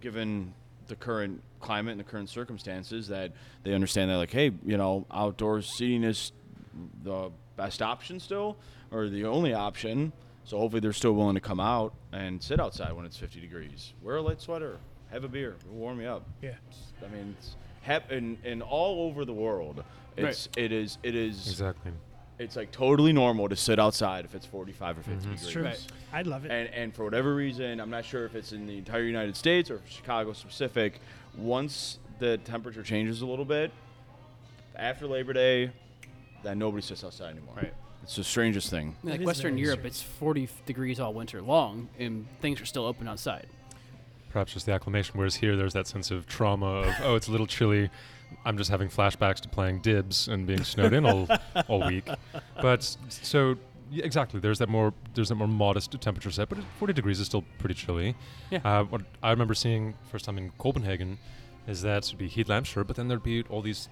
Speaker 4: given the current climate and the current circumstances, that they understand that like, hey, you know, outdoor seating is the best option still, or the only option. So hopefully they're still willing to come out and sit outside when it's 50 degrees. Wear a light sweater, have a beer, it'll warm you up.
Speaker 3: Yeah.
Speaker 4: I mean, it's hap- in, in all over the world. It's it is it is
Speaker 2: Exactly.
Speaker 4: it's like totally normal to sit outside if Mm-hmm. it's 45 or 50 degrees.
Speaker 3: It's true. I'd love it.
Speaker 4: And and for whatever reason, I'm not sure if it's in the entire United States or Chicago specific. Once the temperature changes a little bit after Labor Day, then nobody sits outside anymore.
Speaker 2: Right.
Speaker 4: It's the strangest
Speaker 1: I
Speaker 4: thing.
Speaker 1: mean,
Speaker 3: That
Speaker 1: like
Speaker 3: is
Speaker 1: Western
Speaker 3: very
Speaker 1: Europe,
Speaker 3: true.
Speaker 1: it's 40 degrees all winter long, and things are still open outside.
Speaker 2: Perhaps just the acclimation, whereas here there's that sense of trauma of, oh, it's a little chilly. I'm just having flashbacks to playing dibs and being snowed in all, all week. But s- so, yeah, exactly, there's that more there's that more modest temperature set, but it- 40 degrees is still pretty chilly.
Speaker 1: Yeah.
Speaker 2: Uh, what I remember seeing first time in Copenhagen is that it'd be heat lamps, sure, but then there'd be all these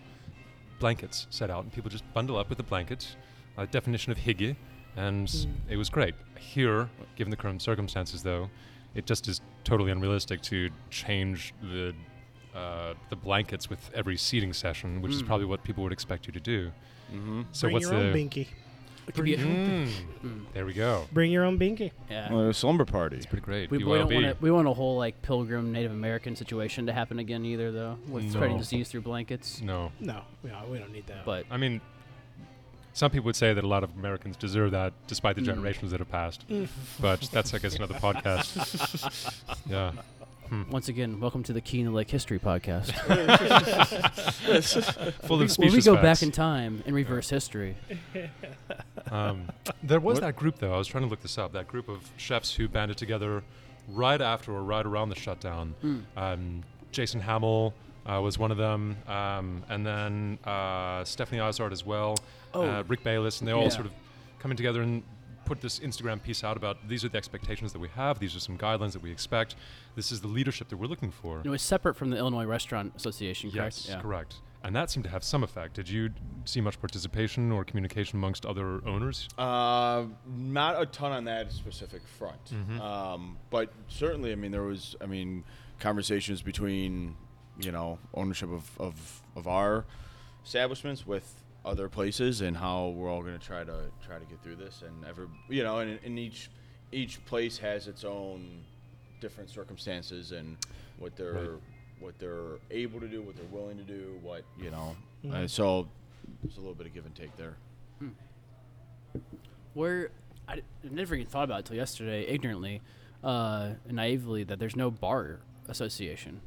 Speaker 2: blankets set out, and people just bundle up with the blankets, a definition of hygge, and it was great. Here, given the current circumstances, though, it just is totally unrealistic to change the uh, the blankets with every seating session, which is
Speaker 1: Mm.
Speaker 2: probably what people would expect you to do.
Speaker 4: Mm-hmm.
Speaker 2: So
Speaker 3: Bring
Speaker 2: what's
Speaker 3: your own
Speaker 2: the
Speaker 3: binky.
Speaker 1: It could be
Speaker 2: Mm,
Speaker 1: Mm,
Speaker 2: there we go.
Speaker 3: Bring your own binky.
Speaker 1: yeah.
Speaker 4: Well, a slumber party.
Speaker 2: Pretty great.
Speaker 1: we, we don't
Speaker 2: BYOB.
Speaker 1: want to. We want a whole like pilgrim Native American situation to happen again either, though, with spreading
Speaker 2: No.
Speaker 1: disease through blankets.
Speaker 2: No,
Speaker 3: No, no, we don't need that.
Speaker 1: But
Speaker 2: I mean, some people would say that a lot of Americans deserve that, despite the
Speaker 1: Mm.
Speaker 2: generations that have passed. but that's, I guess, another podcast. yeah. Mm.
Speaker 1: once again, welcome to the Keen Lake History Podcast,
Speaker 2: Full of
Speaker 1: where we
Speaker 2: specious
Speaker 1: go
Speaker 2: facts.
Speaker 1: back in time and reverse history.
Speaker 2: Um, there was
Speaker 4: What-
Speaker 2: that group, though. I was trying to look this up. That group of chefs who banded together right after or right around the shutdown.
Speaker 1: Hmm.
Speaker 2: Um, Jason Hamill uh, was one of them, um, and then uh, Stephanie Izard as well. Uh, Rick Bayless, and they all
Speaker 1: Oh. Yeah.
Speaker 2: sort of coming together and put this Instagram piece out about these are the expectations that we have. These are some guidelines that we expect. This is the leadership that we're looking for.
Speaker 1: It was separate from the Illinois Restaurant Association, correct?
Speaker 2: Yes,
Speaker 1: Yeah.
Speaker 2: correct. And that seemed to have some effect. Did you see much participation or communication amongst other owners?
Speaker 4: Uh, not a ton on that specific front, um, but certainly, I mean, there was, I mean, conversations between, you know, ownership of of, of our establishments with other places and how we're all going to try to try to get through this, and every, you know, and, and each each place has its own different circumstances and what they're
Speaker 2: Right.
Speaker 4: what they're able to do, what they're willing to do, what you know, uh, so there's a little bit of give and take there.
Speaker 1: Where I d- I never even thought about it till yesterday, ignorantly, uh, and naively, that there's no bar association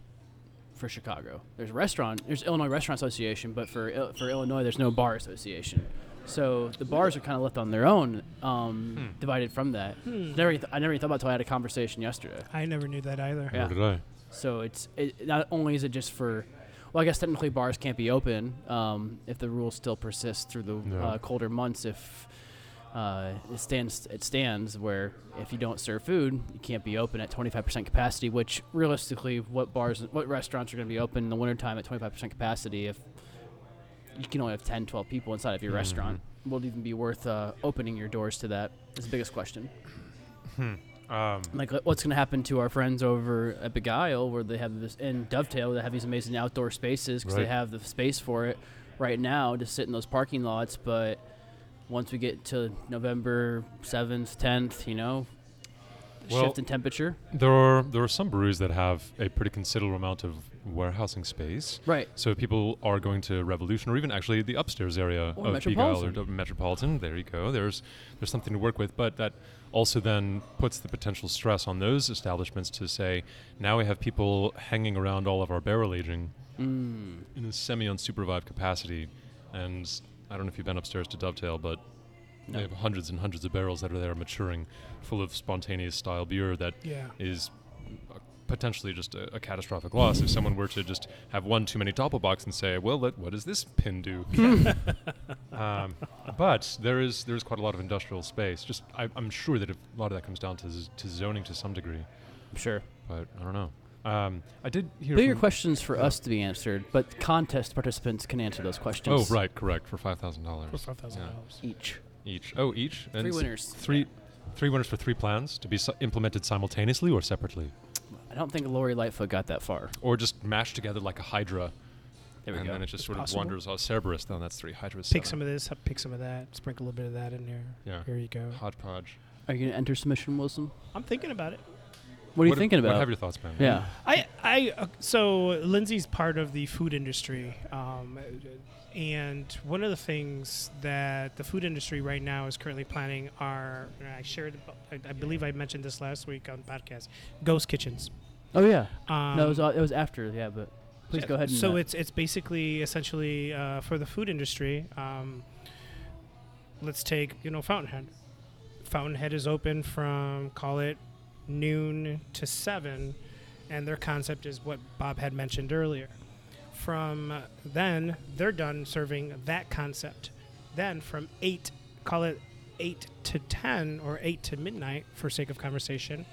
Speaker 1: for Chicago. There's a restaurant, there's Illinois Restaurant Association, but for Il- for Illinois, there's no bar association. So the bars are kind of left on their own, um, divided from that. Never, even th- I never even thought about it till I had a conversation yesterday.
Speaker 3: I never knew that either.
Speaker 1: Yeah.
Speaker 2: Nor did I.
Speaker 1: So it's it, not only is it just for, well, I guess technically bars can't be open um, if the rules still persist through the
Speaker 2: No.
Speaker 1: uh, colder months. If uh, it stands, it stands where if you don't serve food, you can't be open at 25% capacity. Which realistically, what bars, what restaurants are going to be open in the wintertime at 25% capacity if you can only have 10, 12 people inside of your restaurant? Will it even be worth uh, opening your doors to that? Is the biggest question.
Speaker 2: Um,
Speaker 1: like uh, what's going to happen to our friends over at Beguile, where they have this and Dovetail that have these amazing outdoor spaces because
Speaker 5: Right.
Speaker 1: they have the space for it right now to sit in those parking lots. But once we get to November seventh, tenth, you know,
Speaker 2: Well-
Speaker 1: shift in temperature,
Speaker 2: there are there are some breweries that have a pretty considerable amount of warehousing space.
Speaker 1: right?
Speaker 2: So people are going to Revolution, or even actually the upstairs area
Speaker 1: Or
Speaker 2: of
Speaker 1: Metropolitan.
Speaker 2: Beagle or d- Metropolitan. There you go. There's there's something to work with, but that also then puts the potential stress on those establishments to say, now we have people hanging around all of our barrel aging in a semi unsupervised capacity, and I don't know if you've been upstairs to Dovetail, but they have hundreds and hundreds of barrels that are there maturing, full of spontaneous style beer that
Speaker 3: Yeah.
Speaker 2: is uh, potentially just a, a catastrophic loss if someone were to just have one too many doppelbox and say, "Well, let, what does this pin do?" um, but there is there is quite a lot of industrial space. Just I, I'm sure that if, a lot of that comes down to, z- to zoning to some degree,
Speaker 1: Sure.
Speaker 2: but I don't know. Um, I did hear
Speaker 1: Bigger
Speaker 2: from-
Speaker 1: questions for us to be answered, but contest participants can answer those
Speaker 2: Oh
Speaker 1: questions.
Speaker 2: right, correct for five thousand dollars.
Speaker 3: For five thousand dollars.
Speaker 1: Each.
Speaker 2: each. Oh, each and
Speaker 1: Three
Speaker 2: s-
Speaker 1: winners.
Speaker 2: Three, three winners for three plans to be su- implemented simultaneously or separately,
Speaker 1: I don't think Lori Lightfoot got that far.
Speaker 2: or just mashed together like a hydra.
Speaker 1: There we
Speaker 2: and
Speaker 1: go.
Speaker 2: then it just
Speaker 3: It's
Speaker 2: sort
Speaker 3: possible.
Speaker 2: of wanders off Cerberus. Then that's three hydras.
Speaker 3: Pick some
Speaker 2: seven.
Speaker 3: of this, pick some of that, sprinkle a little bit of that in there.
Speaker 2: Yeah.
Speaker 3: Here you go.
Speaker 2: hodgepodge.
Speaker 1: Are you going to enter submission, Wilson?
Speaker 3: I'm thinking about it.
Speaker 1: What are you
Speaker 2: What-
Speaker 1: thinking
Speaker 2: What
Speaker 1: about?
Speaker 2: have your thoughts been?
Speaker 1: yeah.
Speaker 3: I, I, uh, so Lindsay's part of the food industry, um, and one of the things that the food industry right now is currently planning are, and I shared, I, I believe I mentioned this last week on podcast, ghost kitchens.
Speaker 1: Oh yeah.
Speaker 3: Um,
Speaker 1: no, it was, uh, it was after. Yeah, but please
Speaker 3: Yeah.
Speaker 1: go ahead. And,
Speaker 3: so
Speaker 1: uh,
Speaker 3: it's it's basically essentially uh, for the food industry. Um, let's take you know Fountainhead. Fountainhead is open from call it noon to seven, and their concept is what Bob had mentioned earlier. From then they're done serving that concept. Then from eight, call it eight to ten or eight to midnight for sake of conversation.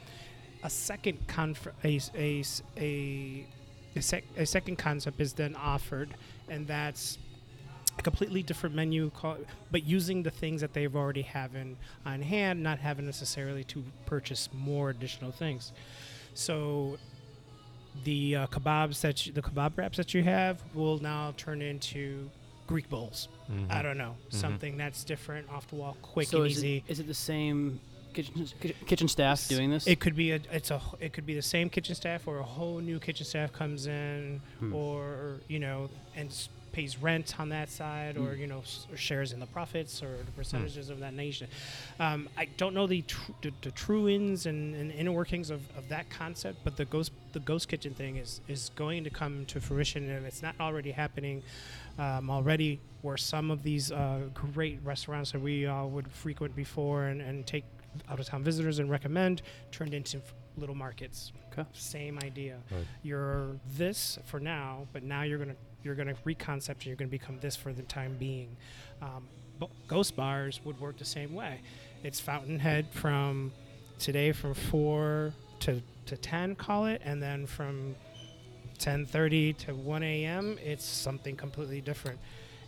Speaker 3: A second conf- a, s- a s- a a, sec- a second concept is then offered, and that's a completely different menu, call, but using the things that they've already having on hand, not having necessarily to purchase more additional things. So the uh, kebabs that you, the kebab wraps that you have will now turn into Greek bowls. I don't know something that's different, off the wall, quick
Speaker 1: Mm-hmm. so
Speaker 3: and
Speaker 1: is
Speaker 3: easy.
Speaker 1: It, is it the same kitchen kitchen staff doing this?
Speaker 3: It could be a it's a it could be the same kitchen staff or a whole new kitchen staff comes in or you know and s- pays rent on that side or you know s- or shares in the profits or the percentages of that nation. Um, I don't know the tr- the, the true ins and, and inner workings of, of that concept, but the ghost the ghost kitchen thing is is going to come to fruition and it's not already happening um, already where some of these uh, great restaurants that we all would frequent before and, and take out of town visitors and recommend turned into f- little markets.
Speaker 1: 'Kay.
Speaker 3: Same idea.
Speaker 2: Right.
Speaker 3: You're this for now, but now you're gonna you're gonna reconcept. You're gonna become this for the time being. Um, but ghost bars would work the same way. It's Fountainhead from today from four to to ten, call it, and then from 10:30 to 1 a.m. It's something completely different.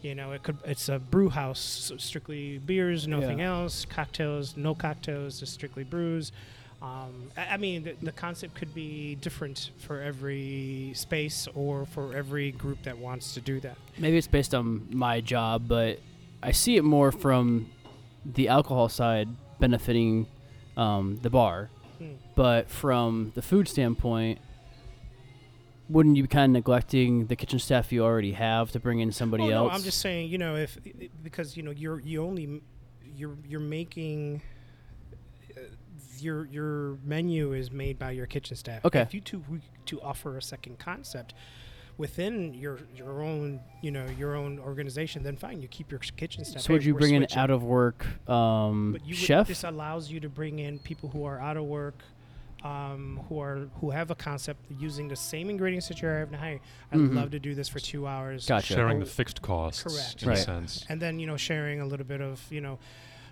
Speaker 3: You know, it could it's a brew house, so strictly beers, nothing else. Cocktails, no cocktails, just strictly brews. Um, I, I mean, the, the concept could be different for every space or for every group that wants to do that.
Speaker 1: Maybe it's based on my job, but I see it more from the alcohol side benefiting um, the bar.
Speaker 3: Mm.
Speaker 1: But from the food standpoint, wouldn't you be kind of neglecting the kitchen staff you already have to bring in somebody
Speaker 3: Oh,
Speaker 1: else?
Speaker 3: No, I'm just saying, you know, if because you know you're you only m- you're you're making uh, your your menu is made by your kitchen staff.
Speaker 1: Okay.
Speaker 3: If you to to offer a second concept within your your own you know your own organization, then fine, you keep your kitchen staff.
Speaker 1: so would
Speaker 3: Hey,
Speaker 1: you
Speaker 3: we're
Speaker 1: bring in
Speaker 3: switching.
Speaker 1: out of work um,
Speaker 3: But you
Speaker 1: chef?
Speaker 3: Would, this allows you to bring in people who are out of work, um, who are who have a concept using the same ingredients that you're having. Hey, I'd
Speaker 1: Mhm.
Speaker 3: love to do this for two hours.
Speaker 1: gotcha.
Speaker 2: Sharing the
Speaker 3: Oh,
Speaker 2: fixed costs,
Speaker 3: correct.
Speaker 2: in
Speaker 1: Right.
Speaker 2: a sense.
Speaker 3: and then you know sharing a little bit of you know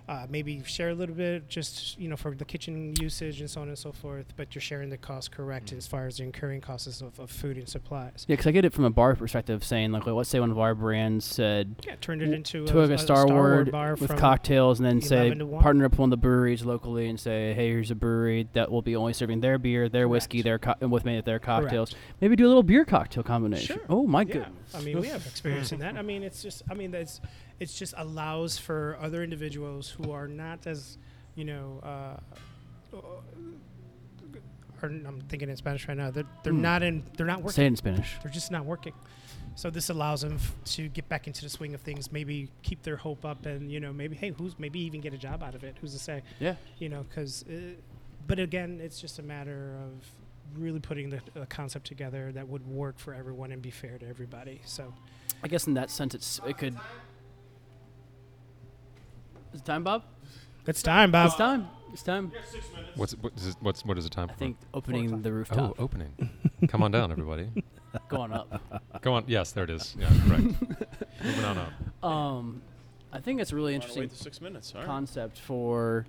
Speaker 3: uh, maybe share a little bit just you know for the kitchen usage and so on and so forth but you're sharing the cost correct as far as the incurring costs of, of food and supplies
Speaker 1: Mm. Yeah, because I get it from a bar perspective, saying like, let's say one of our brands said
Speaker 3: yeah turned it into a,
Speaker 1: took
Speaker 3: a
Speaker 1: a Star, Wars
Speaker 3: bar
Speaker 1: with
Speaker 3: from-
Speaker 1: cocktails, and then say
Speaker 3: 11 to 1.
Speaker 1: partner up with one of the breweries locally and say, hey, here's a brewery that will be only serving their beer, their whiskey, their co- with made at their cocktails. Maybe do a little beer cocktail combination.
Speaker 3: Sure.
Speaker 1: Oh my
Speaker 3: yeah.
Speaker 1: goodness.
Speaker 3: I mean, we have experience in that. I mean, it's just, I mean, that's, it's just allows for other individuals who are not as, you know, uh, uh, are, I'm thinking in Spanish right now. They're, they're
Speaker 1: Hmm.
Speaker 3: not in, they're not working.
Speaker 1: Say it in Spanish.
Speaker 3: They're just not working. So this allows them f- to get back into the swing of things, maybe keep their hope up, and you know, maybe hey, who's maybe even get a job out of it? Who's to say?
Speaker 1: Yeah.
Speaker 3: You know, because, uh, but again, it's just a matter of really putting the a concept together that would work for everyone and be fair to everybody. So
Speaker 1: I guess in that sense, it's it could. Is it time, Bob?
Speaker 3: it's time, Bob.
Speaker 1: it's time. It's time.
Speaker 2: What's what is it, what's what is the time
Speaker 1: I
Speaker 2: for?
Speaker 1: think
Speaker 3: Four
Speaker 1: opening
Speaker 3: o'clock.
Speaker 1: the
Speaker 2: oh,
Speaker 1: rooftop,
Speaker 2: opening. Come on down, everybody.
Speaker 1: going up.
Speaker 2: Go on. Yes, there it is. Yeah, correct. Moving on up.
Speaker 1: Um, I think it's a really
Speaker 4: Wanna
Speaker 1: interesting
Speaker 4: Wait the six minutes. All right.
Speaker 1: concept for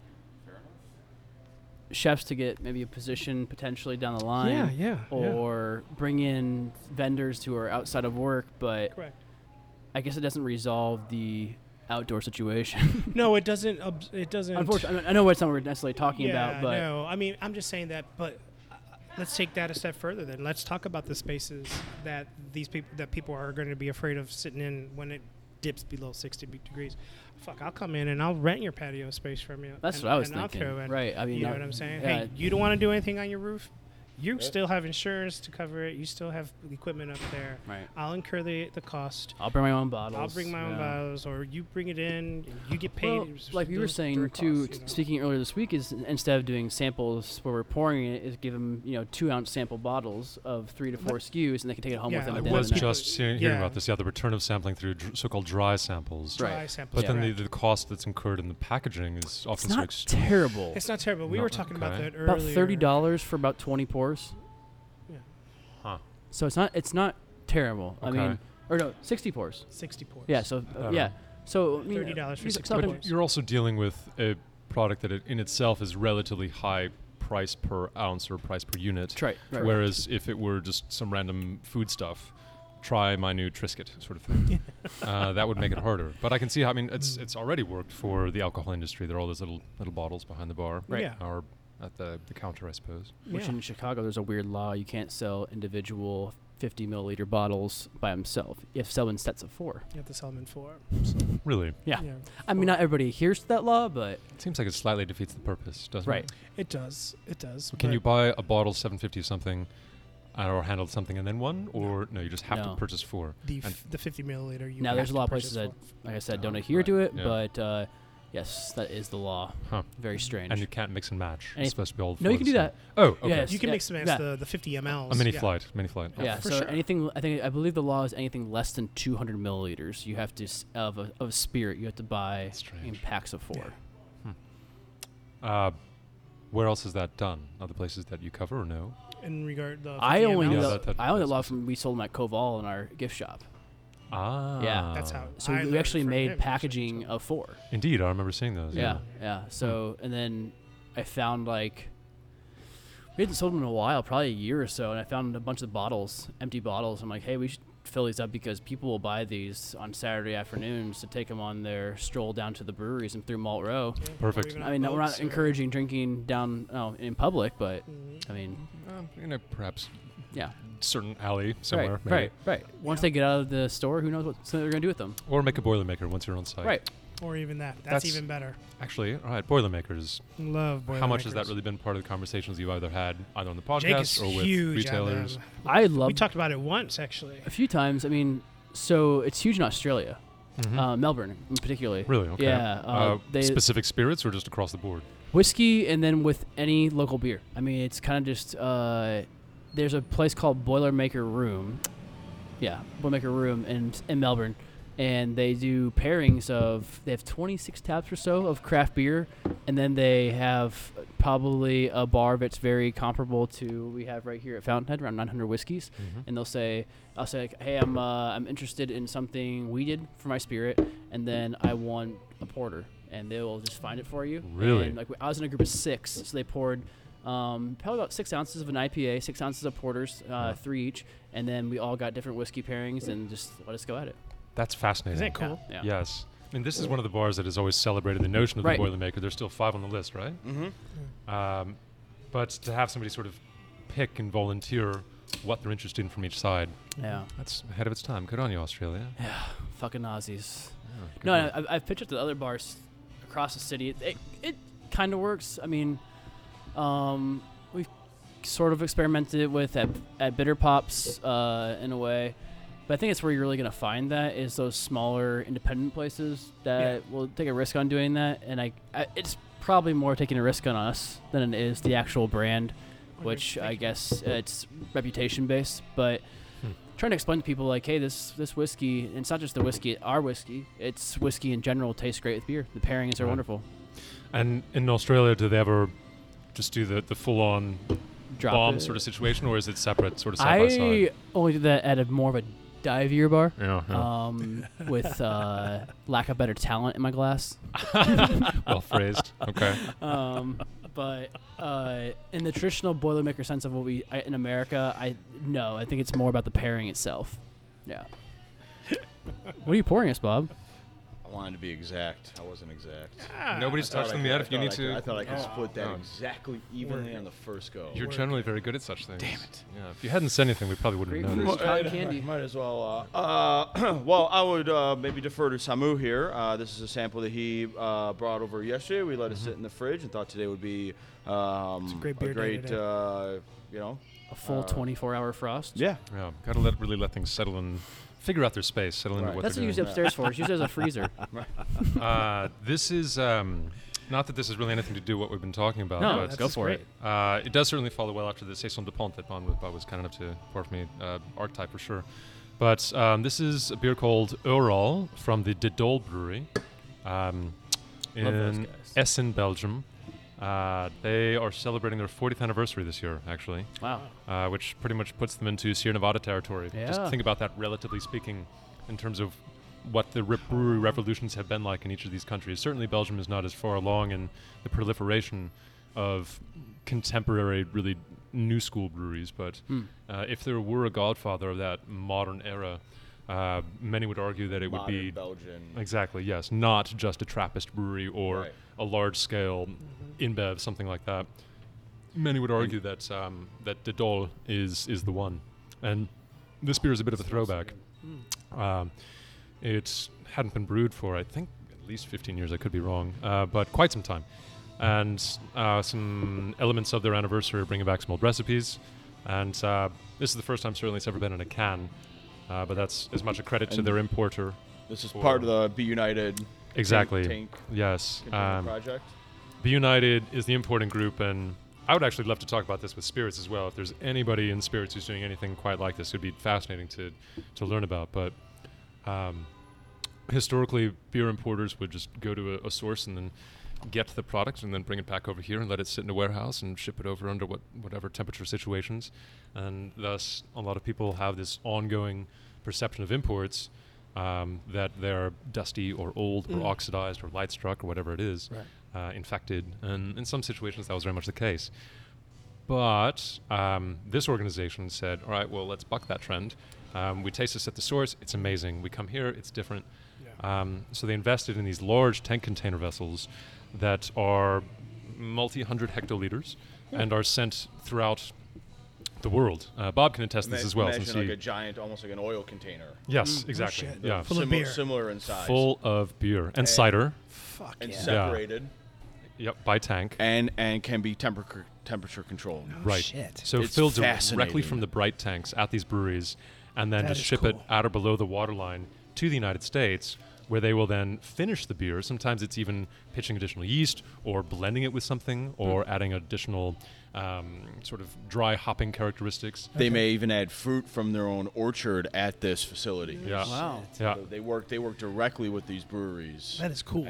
Speaker 1: chefs to get maybe a position potentially down the line.
Speaker 3: Yeah, yeah. yeah.
Speaker 1: or bring in vendors who are outside of work, but
Speaker 3: Correct.
Speaker 1: I guess it doesn't resolve the outdoor situation.
Speaker 3: No, it doesn't. ob it doesn't.
Speaker 1: Unfortunately, I mean, I know it's not what we're necessarily talking about, but
Speaker 3: no, I mean, I'm just saying that. But uh, let's take that a step further. Then let's talk about the spaces that these people that people are going to be afraid of sitting in when it dips below 60 be- degrees. Fuck, I'll come in and I'll rent your patio space from you.
Speaker 1: that's
Speaker 3: and-
Speaker 1: what I was
Speaker 3: and I'll
Speaker 1: thinking.
Speaker 3: throw in-
Speaker 1: right? I mean,
Speaker 3: you know
Speaker 1: I-
Speaker 3: what I'm saying?
Speaker 1: yeah,
Speaker 3: Hey, you don't want to do anything on your roof. You
Speaker 4: Yeah.
Speaker 3: still have insurance to cover it. You still have equipment up there.
Speaker 1: right.
Speaker 3: I'll incur the the cost.
Speaker 1: I'll bring my own bottles.
Speaker 3: I'll bring my own
Speaker 1: yeah.
Speaker 3: bottles, or you bring it in. and You get paid.
Speaker 1: Well,
Speaker 3: It's
Speaker 1: like we were
Speaker 3: those
Speaker 1: saying
Speaker 3: direct
Speaker 1: too,
Speaker 3: costs, you know?
Speaker 1: speaking earlier this week, is instead of doing samples where we're pouring it, is give them you know two ounce sample bottles of three to four SKUs, and they can take it home
Speaker 3: Yeah,
Speaker 1: with them.
Speaker 2: I
Speaker 1: at
Speaker 3: and
Speaker 1: the end of
Speaker 2: was
Speaker 1: the night.
Speaker 3: people-
Speaker 2: just hearing, hearing
Speaker 3: yeah.
Speaker 2: about this. Yeah, the return of sampling through dr- so-called dry samples.
Speaker 1: Right.
Speaker 3: Dry samples,
Speaker 2: But then the,
Speaker 3: correct.
Speaker 2: the cost that's incurred in the packaging is
Speaker 1: It's
Speaker 2: often so
Speaker 1: not
Speaker 2: extreme.
Speaker 1: terrible.
Speaker 3: It's not terrible. We
Speaker 2: No,
Speaker 3: were talking about
Speaker 2: okay.
Speaker 3: that earlier.
Speaker 1: about thirty dollars for about twenty pours.
Speaker 3: Yeah.
Speaker 2: Huh.
Speaker 1: So it's not it's not terrible. I
Speaker 2: Okay.
Speaker 1: mean, or no, sixty pours.
Speaker 3: Sixty pours.
Speaker 1: Yeah. So uh,
Speaker 2: Okay.
Speaker 1: yeah. So I mean,
Speaker 3: $30 for
Speaker 1: these-
Speaker 3: 60
Speaker 1: something-
Speaker 3: pours.
Speaker 2: But you're also dealing with a product that it, in itself is relatively high price per ounce or price per unit.
Speaker 1: That's right. right, right.
Speaker 2: Whereas if it were just some random food stuff, try my new Trisket sort of thing. uh, that would make it harder. But I can see how, I mean, it's
Speaker 1: Mm.
Speaker 2: it's already worked for the alcohol industry. There are all those little little bottles behind the bar
Speaker 1: Right.
Speaker 3: Yeah.
Speaker 2: or at the, the counter, I suppose.
Speaker 1: Which
Speaker 3: yeah.
Speaker 1: in Chicago, there's a weird law: you can't sell individual fifty milliliter bottles by themselves. You have to sell in sets of four.
Speaker 3: You have to sell them in four.
Speaker 2: Really?
Speaker 1: Yeah. I mean, not everybody adheres to that law, but
Speaker 2: It seems like it slightly defeats the purpose, doesn't
Speaker 1: Right.
Speaker 2: it?
Speaker 3: It does. It does.
Speaker 2: Can
Speaker 3: but-
Speaker 2: you buy a bottle 750 something uh, or handle something and then one? Or no, you just have
Speaker 1: No.
Speaker 2: to purchase four.
Speaker 3: the,
Speaker 2: and-
Speaker 3: f- the fifty millilter? You
Speaker 1: now there's
Speaker 3: have
Speaker 1: a
Speaker 3: to
Speaker 1: lot of
Speaker 3: purchase
Speaker 1: places that, like I said, don't
Speaker 2: Oh,
Speaker 1: adhere
Speaker 2: right,
Speaker 1: to it.
Speaker 2: yeah.
Speaker 1: But uh, yes, that is the law.
Speaker 2: Huh.
Speaker 1: Very strange.
Speaker 2: And you can't mix and match.
Speaker 1: And it-
Speaker 2: it's supposed to be all
Speaker 1: no, you
Speaker 2: four
Speaker 1: can
Speaker 2: the
Speaker 1: do
Speaker 2: same.
Speaker 1: that.
Speaker 2: Oh, okay.
Speaker 1: Yes.
Speaker 3: You can
Speaker 1: Yeah,
Speaker 3: mix and match
Speaker 1: yeah.
Speaker 3: the, the fifty mls.
Speaker 2: A mini
Speaker 3: yeah.
Speaker 2: flight. Mini flight.
Speaker 1: Yeah.
Speaker 3: for
Speaker 1: so
Speaker 3: sure.
Speaker 1: anything, I think, I believe the law is anything less than 200 milliliters. You have to s- of a, of spirit. You have to buy in
Speaker 2: Oh, Strange.
Speaker 1: packs of four.
Speaker 3: Yeah.
Speaker 2: Uh, where else is that done? Other places that you cover or no?
Speaker 3: In regard, the
Speaker 1: I
Speaker 3: 50
Speaker 1: only
Speaker 2: Yeah,
Speaker 1: know,
Speaker 3: mLs,
Speaker 2: that- that-
Speaker 1: I only know
Speaker 2: that's
Speaker 1: law from we sold them at Koval in our gift shop.
Speaker 2: Ah.
Speaker 3: that's how.
Speaker 1: So
Speaker 3: I
Speaker 1: we
Speaker 3: learned
Speaker 1: actually
Speaker 3: from
Speaker 1: made
Speaker 3: him,
Speaker 1: packaging
Speaker 3: so-
Speaker 1: of four.
Speaker 2: Indeed, I remember seeing those.
Speaker 1: Yeah, yeah. So and then I found like we hadn't sold them in a while, probably a year or so, and I found a bunch of bottles, empty bottles. I'm like, hey, we should fill these up because people will buy these on Saturday afternoons to take them on their stroll down to the breweries and through Malt Row.
Speaker 3: Yeah, or
Speaker 2: Perfect.
Speaker 3: even
Speaker 1: I
Speaker 3: on
Speaker 1: mean, we're
Speaker 3: boats
Speaker 1: not
Speaker 3: or-
Speaker 1: encouraging drinking down oh, in public, but
Speaker 3: Mhm.
Speaker 1: I mean,
Speaker 2: Um, you know, perhaps
Speaker 1: yeah,
Speaker 2: certain alley somewhere,
Speaker 1: right,
Speaker 2: maybe.
Speaker 1: right, right. Once they get out of the store, who knows what so they're gonna do with them?
Speaker 2: Or make a Boilermaker once you're on site.
Speaker 1: Right.
Speaker 3: Or even that. That's,
Speaker 2: That's-
Speaker 3: even better.
Speaker 2: Actually, all right, Boilermakers.
Speaker 3: Love.
Speaker 2: How much has that
Speaker 3: Boilermakers.
Speaker 2: really been part of the conversations you've either had either on the
Speaker 3: Jake is
Speaker 2: podcast or with
Speaker 3: huge on
Speaker 2: retailers?
Speaker 3: them.
Speaker 1: I
Speaker 3: We
Speaker 1: love
Speaker 3: talked about it once actually.
Speaker 1: a few times. I mean, so it's huge in Australia,
Speaker 2: Mhm.
Speaker 1: uh, Melbourne in particularly.
Speaker 2: really? Okay.
Speaker 1: Yeah, uh,
Speaker 2: Uh,
Speaker 1: they
Speaker 2: specific spirits or just across the board?
Speaker 1: whiskey, and then with any local beer. I mean, it's kind of just uh, there's a place called Boilermaker Room, yeah, Boilermaker Room in in Melbourne, and they do pairings of they have 26 taps or so of craft beer, and then they have probably a bar that's very comparable to we have right here at Fountainhead, around 900 whiskeys and they'll say, I'll say, like, hey, I'm uh, I'm interested in something we did for my spirit, and then I want a porter, and they will just find it for you.
Speaker 2: Really?
Speaker 1: And, like I was in a group of six, so they poured um, probably about six ounces of an IPA, six ounces of porters, uh, three each, and then we all got different whiskey pairings and just let us go at it.
Speaker 2: That's fascinating.
Speaker 3: Isn't it cool?
Speaker 1: Yeah.
Speaker 2: Yes. I mean, this is one of the bars that has always celebrated the notion of
Speaker 1: Right.
Speaker 2: the Boilermaker. There's still five on the list, right? Mm-hmm. Um, but to have somebody sort of pick and volunteer what they're interested in from each side,
Speaker 1: Yeah.
Speaker 2: that's ahead of its time. Good on you, Australia.
Speaker 1: Fucking Aussies.
Speaker 2: Yeah, good
Speaker 1: No,
Speaker 2: on
Speaker 1: I, I've- I've pitched it to other bars across the city. It it, it kind of works. I mean, um, we've sort of experimented with at, at Bitter Pops uh, in a way, but I think it's where you're really gonna find that is those smaller independent places that will take a risk on doing that, and I, I it's probably more taking a risk on us than it is the actual brand, which I guess uh, it's reputation based, but
Speaker 2: Hmm.
Speaker 1: trying to explain to people like, hey, this this whiskey, and it's not just the whiskey, our whiskey, it's whiskey in general tastes great with beer. The pairings are
Speaker 2: Right.
Speaker 1: wonderful.
Speaker 2: And in Australia, do they ever just do the, the full on
Speaker 1: Drop
Speaker 2: bomb
Speaker 1: it.
Speaker 2: sort of situation, or is it separate, sort of side by
Speaker 1: I
Speaker 2: side?
Speaker 1: only did that at a more of a divier bar.
Speaker 2: Yeah,
Speaker 4: Uh,
Speaker 2: yeah.
Speaker 1: Um, with uh, lack of better talent in my glass.
Speaker 2: well phrased. Okay.
Speaker 1: Um, but uh, in the traditional boilermaker sense of what we I, in America, I no, I think it's more about the pairing itself. Yeah. what are you pouring us, Bob?
Speaker 4: I wanted to be exact. I wasn't exact.
Speaker 3: Ah.
Speaker 2: Nobody's
Speaker 4: I thought I
Speaker 2: touching the
Speaker 4: could-
Speaker 2: out
Speaker 4: I
Speaker 2: if you
Speaker 4: thought
Speaker 2: need
Speaker 4: I
Speaker 2: to.
Speaker 4: could- I thought I could split that
Speaker 2: Oh.
Speaker 4: exactly evenly on the first go.
Speaker 2: You're generally very good at such things. Damn it. Yeah, if you hadn't said anything, we probably wouldn't have
Speaker 1: Grapefruit.
Speaker 2: noticed.
Speaker 1: Well, cotton candy.
Speaker 4: uh, Might as well. Uh, uh, well, I would uh, maybe defer to Samu here. Uh, this is a sample that he uh, brought over yesterday. We let it
Speaker 2: Mm-hmm.
Speaker 4: sit in the fridge and thought today would be um,
Speaker 3: a great beer day
Speaker 4: great,
Speaker 3: today.
Speaker 4: uh, you know.
Speaker 1: A full
Speaker 4: Uh,
Speaker 1: 24-hour frost.
Speaker 4: Yeah.
Speaker 2: Yeah, gotta let really let things settle and figure out their space, settle into
Speaker 4: Right.
Speaker 2: what
Speaker 1: That's what
Speaker 2: they're
Speaker 1: you use it
Speaker 2: doing.
Speaker 1: upstairs for. It's used as a freezer.
Speaker 2: uh, this is um, not that this has really anything to do with what we've been talking about.
Speaker 1: Oh, No,
Speaker 2: but
Speaker 1: go for it.
Speaker 2: Uh, it does certainly follow well after the Saison de Pont that Bon was, Bob was kind enough to pour for me, uh, archetype for sure. But um, this is a beer called Eural from the De Dol Brewery um,
Speaker 1: Love those
Speaker 2: in
Speaker 1: guys.
Speaker 2: Essen, Belgium. Uh, they are celebrating their 40th anniversary this year, actually,
Speaker 1: Wow.
Speaker 2: uh, which pretty much puts them into Sierra Nevada territory. Just
Speaker 1: Yeah.
Speaker 2: think about that, relatively speaking, in terms of what the re- brewery revolutions have been like in each of these countries. Certainly, Belgium is not as far along in the proliferation of contemporary, really new school breweries. But uh, if there were a godfather of that modern era, uh, many would argue that it would
Speaker 4: Modern
Speaker 2: be
Speaker 4: Belgian.
Speaker 2: exactly yes, not just a Trappist brewery or
Speaker 4: Right. Mm-hmm.
Speaker 2: a large-scale InBev, something like that. Many would argue that um, that De Dol is is the one, and this beer is a bit of a throwback.
Speaker 4: Hmm.
Speaker 2: Um, it hadn't been brewed for, I think, at least 15 years. I could be wrong, uh, but quite some time. And uh, some elements of their anniversary are bringing back some old recipes. And uh, this is the first time, certainly, it's ever been in a can. Uh, but that's as much a credit to
Speaker 4: And-
Speaker 2: their importer.
Speaker 4: This is
Speaker 2: Or-
Speaker 4: part of the Be United.
Speaker 2: Exactly.
Speaker 4: Tank,
Speaker 2: Yes.
Speaker 4: container
Speaker 2: Um,
Speaker 4: project.
Speaker 2: the United is the importing group, and I would actually love to talk about this with Spirits as well. If there's anybody in Spirits who's doing anything quite like this, it would be fascinating to, to learn about. But um, historically, beer importers would just go to a, a source and then get the product and then bring it back over here and let it sit in a warehouse and ship it over under what, whatever temperature situations. And thus, a lot of people have this ongoing perception of imports. Um, that they're dusty or old or oxidized or light struck or whatever it is uh, infected, and in some situations that was very much the case. But um, this organization said, all right, well, let's buck that trend. Um, we taste this at the source, it's amazing. We come here, it's different. Um, so they invested in these large tank container vessels that are multi hundred hectoliters and are sent throughout the world. Uh, Bob can attest to this
Speaker 4: Ma-
Speaker 2: as well.
Speaker 4: Imagine
Speaker 2: Since
Speaker 4: like Mm,
Speaker 2: he,
Speaker 4: a giant, almost like an oil container.
Speaker 2: yes, exactly.
Speaker 3: shit.
Speaker 2: Yeah.
Speaker 3: Full of
Speaker 4: Simi-
Speaker 3: beer.
Speaker 4: Similar in size.
Speaker 2: Full of beer and cider.
Speaker 3: Fuck
Speaker 4: And
Speaker 3: yeah.
Speaker 4: separated.
Speaker 2: Yep, by tank.
Speaker 4: And and can be temperature temperature controlled.
Speaker 2: Right.
Speaker 3: Oh, Shit.
Speaker 2: So
Speaker 4: It's
Speaker 2: filled directly
Speaker 4: fascinating.
Speaker 2: from the bright tanks at these breweries, and then
Speaker 3: That
Speaker 2: just
Speaker 3: is
Speaker 2: ship it
Speaker 3: cool.
Speaker 2: out or below the waterline to the United States, where they will then finish the beer. Sometimes it's even pitching additional yeast, or blending it with something,
Speaker 3: Hmm.
Speaker 2: or adding additional um, sort of dry hopping characteristics.
Speaker 3: Oh,
Speaker 4: They may even add fruit from their own orchard at this facility.
Speaker 2: Yeah.
Speaker 1: Wow.
Speaker 2: Yeah.
Speaker 4: So they work they work directly with these breweries.
Speaker 3: That is cool.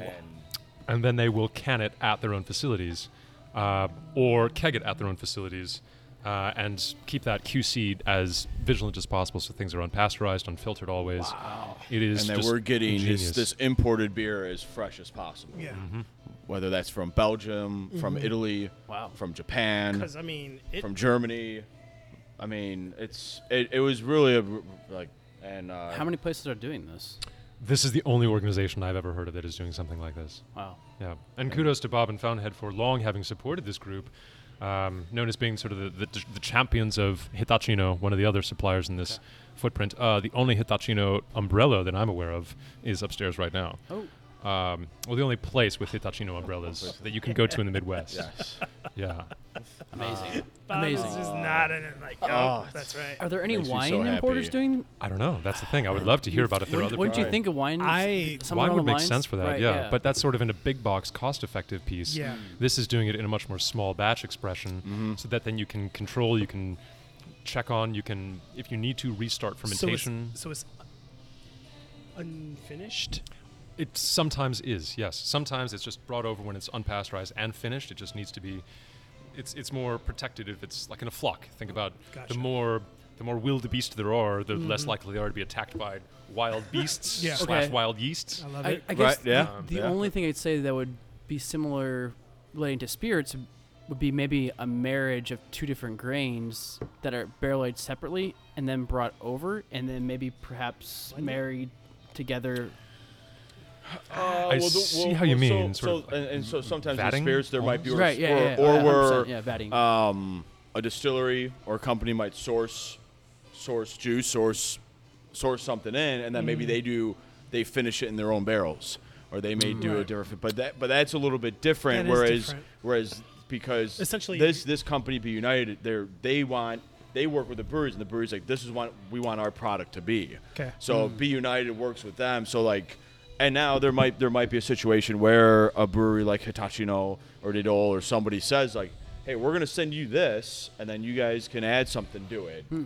Speaker 2: and then they will can it at their own facilities uh, or keg it at their own facilities uh, and keep that QC as vigilant as possible so things are unpasteurized, unfiltered always. Wow. It is
Speaker 4: and that
Speaker 2: just
Speaker 4: we're getting
Speaker 2: ingenious.
Speaker 4: this, this imported beer as fresh as possible.
Speaker 3: Yeah.
Speaker 4: Whether that's from Belgium, from Italy,
Speaker 1: Wow.
Speaker 4: from Japan,
Speaker 3: Because I mean, it,
Speaker 4: from Germany. I mean, it's it, it was really a, r- like and uh,
Speaker 1: How many places are doing this?
Speaker 2: This is the only organization I've ever heard of that is doing something like this.
Speaker 1: Wow.
Speaker 2: Yeah, and kudos to Bob and Fountainhead for long having supported this group, um, known as being sort of the, the, the champions of Hitachino, one of the other suppliers in this footprint. Uh, the only Hitachino umbrella that I'm aware of is upstairs right now.
Speaker 1: Oh.
Speaker 2: Um, well, the only place with Hitachino umbrellas that you can go to in the Midwest.
Speaker 4: Yes.
Speaker 2: Yeah.
Speaker 1: Amazing.
Speaker 3: Bob is
Speaker 1: Amazing.
Speaker 3: just nodding and like, oh, that's right.
Speaker 1: Uh, Are there any
Speaker 4: Makes me so
Speaker 1: wine
Speaker 4: happy.
Speaker 1: importers doing?
Speaker 2: I don't know. That's the thing. I would love to hear about if there are
Speaker 1: Wouldn't,
Speaker 2: other
Speaker 1: wouldn't you
Speaker 4: Right.
Speaker 1: think of wine?
Speaker 3: I-
Speaker 1: somewhere
Speaker 2: Wine
Speaker 1: along
Speaker 2: would
Speaker 1: the
Speaker 2: make
Speaker 1: lines?
Speaker 2: sense for that,
Speaker 1: Right,
Speaker 2: yeah. But that's sort of in a big box, cost-effective piece.
Speaker 3: Yeah.
Speaker 2: This is doing it in a much more small batch expression, so that then you can control, you can check on, you can, if you need to, restart fermentation.
Speaker 3: So it's, so it's unfinished.
Speaker 2: it sometimes is, yes. Sometimes it's just brought over when it's unpasteurized and finished. It just needs to be. It's it's more protected if it's like in a flock. Think about
Speaker 3: Gotcha. Mm-hmm.
Speaker 2: the more the more wildebeest there are, the less likely they are to be attacked by wild beasts
Speaker 3: Yeah.
Speaker 2: slash
Speaker 1: Okay.
Speaker 2: wild yeasts.
Speaker 3: I love
Speaker 1: I,
Speaker 3: it.
Speaker 1: I guess
Speaker 4: Right, yeah.
Speaker 1: the-
Speaker 2: Um,
Speaker 1: the,
Speaker 4: yeah.
Speaker 1: only thing I'd say that would be similar relating to spirits would be maybe a marriage of two different grains that are barrel aged separately and then brought over and then maybe perhaps married together.
Speaker 4: Uh,
Speaker 2: I
Speaker 4: well, the-
Speaker 2: see
Speaker 4: well,
Speaker 2: how you
Speaker 4: well, so-
Speaker 2: mean, sort
Speaker 4: So,
Speaker 2: of like
Speaker 4: and, and so sometimes in
Speaker 2: vatting
Speaker 4: spirits there might be, or,
Speaker 1: Right, yeah, yeah, yeah.
Speaker 4: or, or
Speaker 1: 100%,
Speaker 4: were
Speaker 1: yeah, vatting.
Speaker 4: um, a distillery or a company might source source juice, source source something in, and then maybe they do they finish it in their own barrels, or they may do a
Speaker 3: Right.
Speaker 4: different. But that but that's a little bit different.
Speaker 3: That is
Speaker 4: whereas
Speaker 3: different.
Speaker 4: whereas because
Speaker 3: Essentially-
Speaker 4: this this company be united, they are they want. They work with the breweries, and the breweries like this is what we want our product to be.
Speaker 3: Okay. Mm.
Speaker 4: So Be United works with them. So like, and now there might there might be a situation where a brewery like Hitachino or Didol or somebody says like, hey, we're gonna send you this, and then you guys can add something to it.
Speaker 3: Hmm.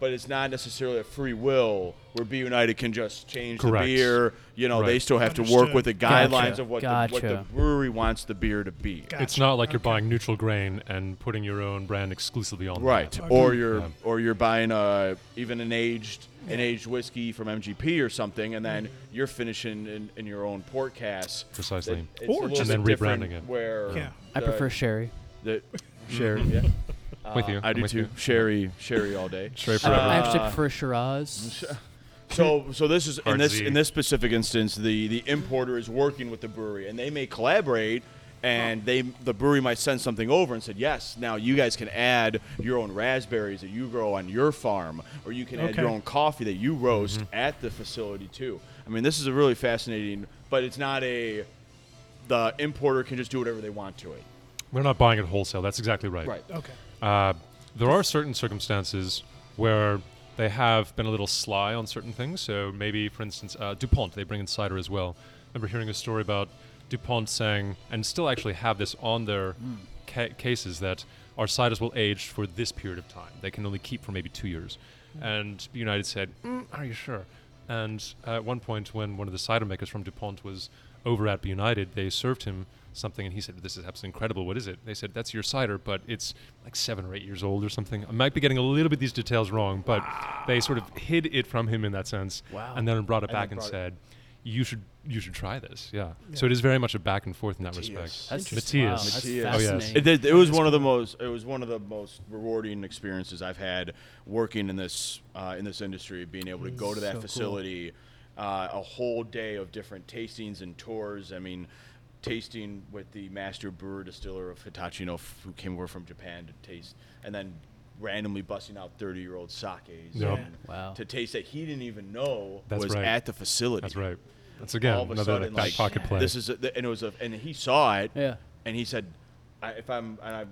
Speaker 4: But it's not necessarily a free will where Be United can just change
Speaker 2: Correct.
Speaker 4: the beer. You know, they
Speaker 2: Right.
Speaker 4: still have to work
Speaker 3: Understood.
Speaker 4: with the
Speaker 1: Gotcha.
Speaker 4: guidelines of what, the, what the
Speaker 1: Gotcha.
Speaker 4: brewery wants the beer to be.
Speaker 3: Gotcha.
Speaker 2: It's not like you're
Speaker 3: Okay.
Speaker 2: buying neutral grain and putting your own brand exclusively on
Speaker 4: Right.
Speaker 2: that.
Speaker 4: Or you're
Speaker 2: Yeah.
Speaker 4: or you're buying uh even an aged an aged whiskey from MGP or something, and then
Speaker 3: Mm-hmm.
Speaker 4: you're finishing in, in your own port cast.
Speaker 2: Precisely.
Speaker 4: It's a
Speaker 3: Or
Speaker 4: little
Speaker 3: just-
Speaker 4: bit
Speaker 2: And then rebranding
Speaker 4: different
Speaker 2: it.
Speaker 4: Where
Speaker 3: Yeah.
Speaker 1: I
Speaker 4: the-
Speaker 1: prefer sherry.
Speaker 4: the sherry. Yeah,
Speaker 2: with you.
Speaker 4: I
Speaker 2: I'm
Speaker 4: do
Speaker 2: with
Speaker 4: too.
Speaker 2: you.
Speaker 4: Sherry, sherry all day.
Speaker 2: Straight forever.
Speaker 1: I actually prefer Shiraz.
Speaker 4: So, so this is in
Speaker 2: Hard
Speaker 4: this
Speaker 2: Z.
Speaker 4: in this specific instance, the the importer is working with the brewery, and they may collaborate, and they the brewery might send something over and said, yes, now you guys can add your own raspberries that you grow on your farm, or you can add your
Speaker 3: Okay.
Speaker 4: own coffee that you roast at the facility too. I mean, this is a really fascinating, but it's not a the importer can just do whatever they want to it.
Speaker 2: We're not buying it wholesale. That's exactly right.
Speaker 4: Right.
Speaker 3: Okay.
Speaker 2: Uh, there are certain circumstances where they have been a little sly on certain things. So maybe, for instance, uh, DuPont, they bring in cider as well. I remember hearing a story about DuPont saying, and still actually have this on their ca- cases, that our ciders will age for this period of time. They can only keep for maybe two years. And United said, mm, Are you sure? And uh, at one point, when one of the cider makers from DuPont was over at United, they served him something, and he said, "This is absolutely incredible. What is it?" They said, "That's your cider, but it's like seven or eight years old or something." I might be getting a little bit these details wrong, but they sort of hid it from him in that sense,
Speaker 1: Wow.
Speaker 2: and then brought it
Speaker 4: And
Speaker 2: back and
Speaker 4: then brought it-
Speaker 2: said, "You should, you should try this." Yeah. So it is very much a back and forth in that
Speaker 4: Matthias.
Speaker 2: respect.
Speaker 1: That's just-
Speaker 2: Matthias.
Speaker 1: wow, that's
Speaker 4: Matthias.
Speaker 2: Oh, yes.
Speaker 1: fascinating.
Speaker 4: It, did- it was one of the most. It was one of the most rewarding experiences I've had working in this uh, in this industry. Being able to go to that
Speaker 1: so cool.
Speaker 4: facility, uh, a whole day of different tastings and tours. I mean, tasting with the master brewer distiller of Hitachi, you know, f- who came over from Japan to taste, and then randomly busting out thirty year old sakes
Speaker 2: Yep.
Speaker 4: and
Speaker 1: Wow.
Speaker 4: to taste that he didn't even know
Speaker 2: That's
Speaker 4: was
Speaker 2: right.
Speaker 4: at the facility
Speaker 2: That's right. That's again
Speaker 4: all of a
Speaker 2: another
Speaker 4: sudden,
Speaker 2: back
Speaker 4: like,
Speaker 2: pocket play.
Speaker 4: This is, a, th- and it was a, and he saw it.
Speaker 1: Yeah.
Speaker 4: And he said, I, if I'm, and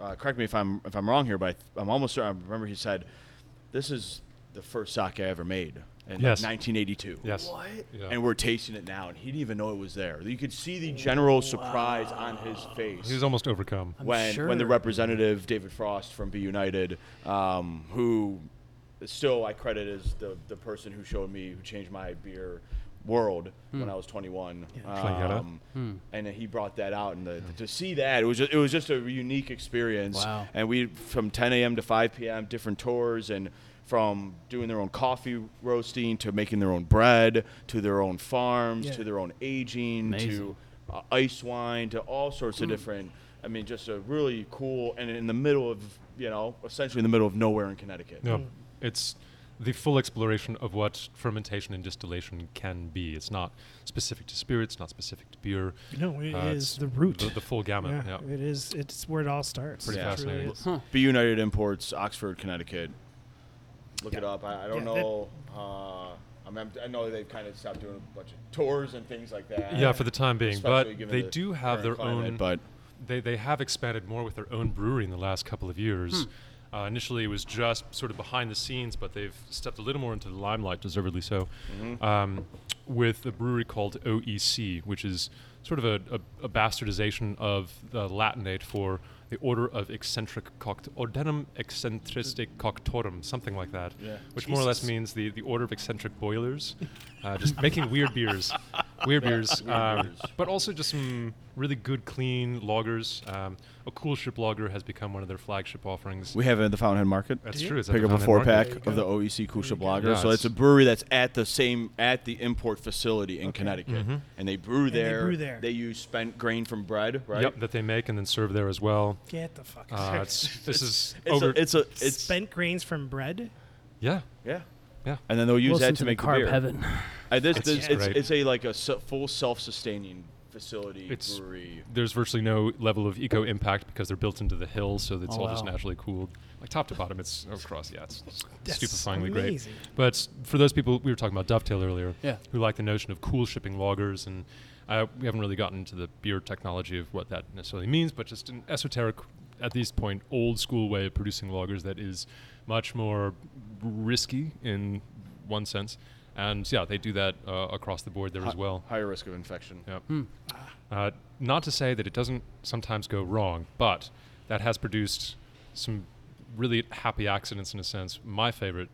Speaker 4: I, uh, correct me if I'm, if I'm wrong here, but I, am almost certain. I remember he said, this is the first sake I ever made in like,
Speaker 2: Yes.
Speaker 4: 1982.
Speaker 2: yes. Yeah.
Speaker 4: And we're tasting it now, and he didn't even know it was there. You could see the general surprise on his face
Speaker 2: he was almost overcome.
Speaker 4: when when the
Speaker 1: sure.
Speaker 4: representative David Frost from Be United, um, who still I credit as the the person who showed me who changed my beer world
Speaker 1: Hmm.
Speaker 4: when I was 21.
Speaker 2: Clayetta.
Speaker 4: Um, And he brought that out, and the, to see that it was just, it was just a unique experience.
Speaker 1: Wow.
Speaker 4: And we from 10 a.m. to 5 p.m. different tours and. From doing their own coffee roasting to making their own bread to their own farms
Speaker 3: Yeah.
Speaker 4: to their own aging
Speaker 1: Amazing.
Speaker 4: to uh, ice wine to all sorts
Speaker 2: Hmm.
Speaker 4: of different. I mean, just a really cool and in the middle of you know essentially in the middle of nowhere in Connecticut.
Speaker 2: No, it's the full exploration of what fermentation and distillation can be. It's not specific to spirits, not specific to beer.
Speaker 3: No, it is
Speaker 2: Uh, it's
Speaker 3: the root.
Speaker 2: The, the full gamut. Yeah.
Speaker 3: yeah, it is. It's where it all starts.
Speaker 2: Pretty
Speaker 3: It really
Speaker 2: fascinating.
Speaker 3: is.
Speaker 4: Be United Imports, Oxford, Connecticut. Look it
Speaker 3: Yeah.
Speaker 4: up. I, I don't
Speaker 3: Yeah, that-
Speaker 4: know. Uh, I, mean, I know they've kind of stopped doing a bunch of tours and things like that.
Speaker 2: Yeah, for the time being,
Speaker 4: especially
Speaker 2: but
Speaker 4: given
Speaker 2: they
Speaker 4: the
Speaker 2: do have their
Speaker 4: current climate,
Speaker 2: own.
Speaker 4: But
Speaker 2: they they have expanded more with their own brewery in the last couple of years. Uh, initially, it was just sort of behind the scenes, but they've stepped a little more into the limelight, deservedly so, um, with a brewery called OEC, which is sort of a, a, a bastardization of the Latinate for the Order of Eccentric Coct Ordenum Eccentristic Coctorum, something like that,
Speaker 4: Yeah.
Speaker 2: which more or less
Speaker 3: Jesus.
Speaker 2: means the, the Order of Eccentric Boilers, uh, just making weird beers, weird beers, um,
Speaker 4: beers.
Speaker 2: but also just some really good, clean lagers. Um, a cool ship lager has become one of their flagship offerings.
Speaker 4: we have it at the Fountainhead Market.
Speaker 2: That's true. It's at
Speaker 4: Pick
Speaker 2: the
Speaker 4: up a
Speaker 2: Fountainhead
Speaker 4: four
Speaker 2: Market.
Speaker 4: pack
Speaker 3: There
Speaker 4: of
Speaker 3: you
Speaker 4: the E
Speaker 3: go.
Speaker 4: OEC Kusha Lager.
Speaker 2: Yeah,
Speaker 4: so
Speaker 2: it's-
Speaker 4: it's a brewery that's at the same at the import facility in Connecticut,
Speaker 2: Mm-hmm.
Speaker 4: and they brew
Speaker 3: they
Speaker 4: there.
Speaker 3: brew there.
Speaker 4: They use spent grain from bread, right?
Speaker 2: Yep, that they make and then serve there as well.
Speaker 3: Get the fuck. out.
Speaker 2: Uh, it's, this is
Speaker 4: It's
Speaker 2: over.
Speaker 4: a, it's a it's
Speaker 3: spent grains from bread.
Speaker 2: yeah,
Speaker 4: yeah
Speaker 2: yeah.
Speaker 4: and then they'll use
Speaker 1: Wilson's
Speaker 4: that to
Speaker 1: in
Speaker 4: make the
Speaker 1: carb
Speaker 4: beer.
Speaker 1: heaven.
Speaker 4: Uh, this,
Speaker 2: It's-
Speaker 4: this-
Speaker 2: yeah.
Speaker 4: it's,
Speaker 2: Right.
Speaker 4: it's a like a se- full self-sustaining facility
Speaker 2: It's-
Speaker 4: brewery.
Speaker 2: There's virtually no level of eco impact because they're built into the hill, so it's
Speaker 1: Oh,
Speaker 2: all just
Speaker 1: wow.
Speaker 2: naturally cooled. Like top to bottom, it's oh, across. Yeah, it's
Speaker 3: That's
Speaker 2: stupefyingly
Speaker 3: amazing.
Speaker 2: great. But for those people, we were talking about Dovetail earlier,
Speaker 1: Yeah.
Speaker 2: who like the notion of cool shipping loggers, and uh, we haven't really gotten into the beer technology of what that necessarily means, but just an esoteric, at this point, old school way of producing loggers that is much more risky in one sense. And yeah, they do that uh, across the board there as
Speaker 4: Hi-
Speaker 2: well.
Speaker 4: Higher risk of infection.
Speaker 2: Yeah.
Speaker 1: Hmm.
Speaker 2: Uh, not to say that it doesn't sometimes go wrong, but that has produced some really happy accidents in a sense. My favorite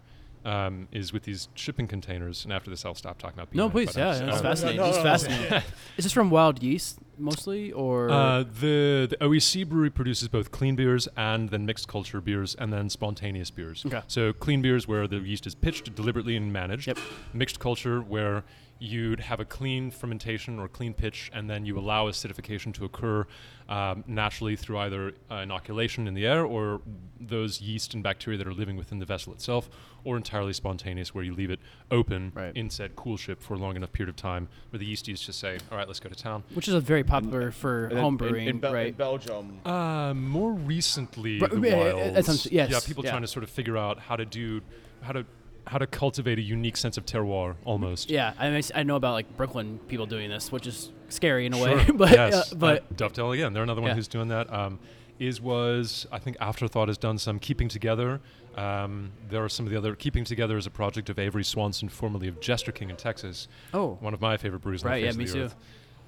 Speaker 2: um, is with these shipping containers, and after this, I'll stop talking about.
Speaker 1: No,
Speaker 2: peanut,
Speaker 1: please,
Speaker 2: but I'm
Speaker 1: yeah,
Speaker 2: just-
Speaker 1: it's
Speaker 2: uh,
Speaker 1: fascinating.
Speaker 4: Oh, no,
Speaker 1: it's
Speaker 4: no, no.
Speaker 1: fascinating. Is this from wild yeast mostly, or
Speaker 2: Uh, the the OEC brewery produces both clean beers and then mixed culture beers and then spontaneous beers.
Speaker 1: Okay.
Speaker 2: So clean beers where the yeast is pitched deliberately and managed.
Speaker 1: Yep.
Speaker 2: Mixed culture where you'd have a clean fermentation or clean pitch and then you allow acidification to occur um, naturally through either uh, inoculation in the air or those yeast and bacteria that are living within the vessel itself or entirely spontaneous where you leave it open
Speaker 1: Right.
Speaker 2: in said cool ship for a long enough period of time where the yeast yeast just say all right let's go to town
Speaker 1: which is a very popular for
Speaker 4: And then in-
Speaker 1: homebrewing,
Speaker 4: in, Bel-
Speaker 1: right?
Speaker 4: in Belgium.
Speaker 2: Uh, more recently,
Speaker 1: Right,
Speaker 2: the
Speaker 1: yeah, yeah,
Speaker 2: wilds.
Speaker 1: that's what I'm s- yes,
Speaker 2: yeah, people
Speaker 1: yeah.
Speaker 2: trying to sort of figure out how to do, how to, how to cultivate a unique sense of terroir, almost.
Speaker 1: yeah, I, mean, I s- I know about like Brooklyn people doing this, which is scary in a
Speaker 2: Sure.
Speaker 1: way, but
Speaker 2: yes.
Speaker 1: uh, but
Speaker 2: Uh, dovetail again. They're another one
Speaker 1: Yeah.
Speaker 2: who's doing that. Um, is was I think Afterthought has done some keeping together. Um, there are some of the other keeping together is a project of Avery Swanson, formerly of Jester King in Texas.
Speaker 1: Oh.
Speaker 2: one of my favorite breweries.
Speaker 1: Right,
Speaker 2: On the
Speaker 1: yeah,
Speaker 2: face
Speaker 1: me
Speaker 2: of the
Speaker 1: too.
Speaker 2: Earth.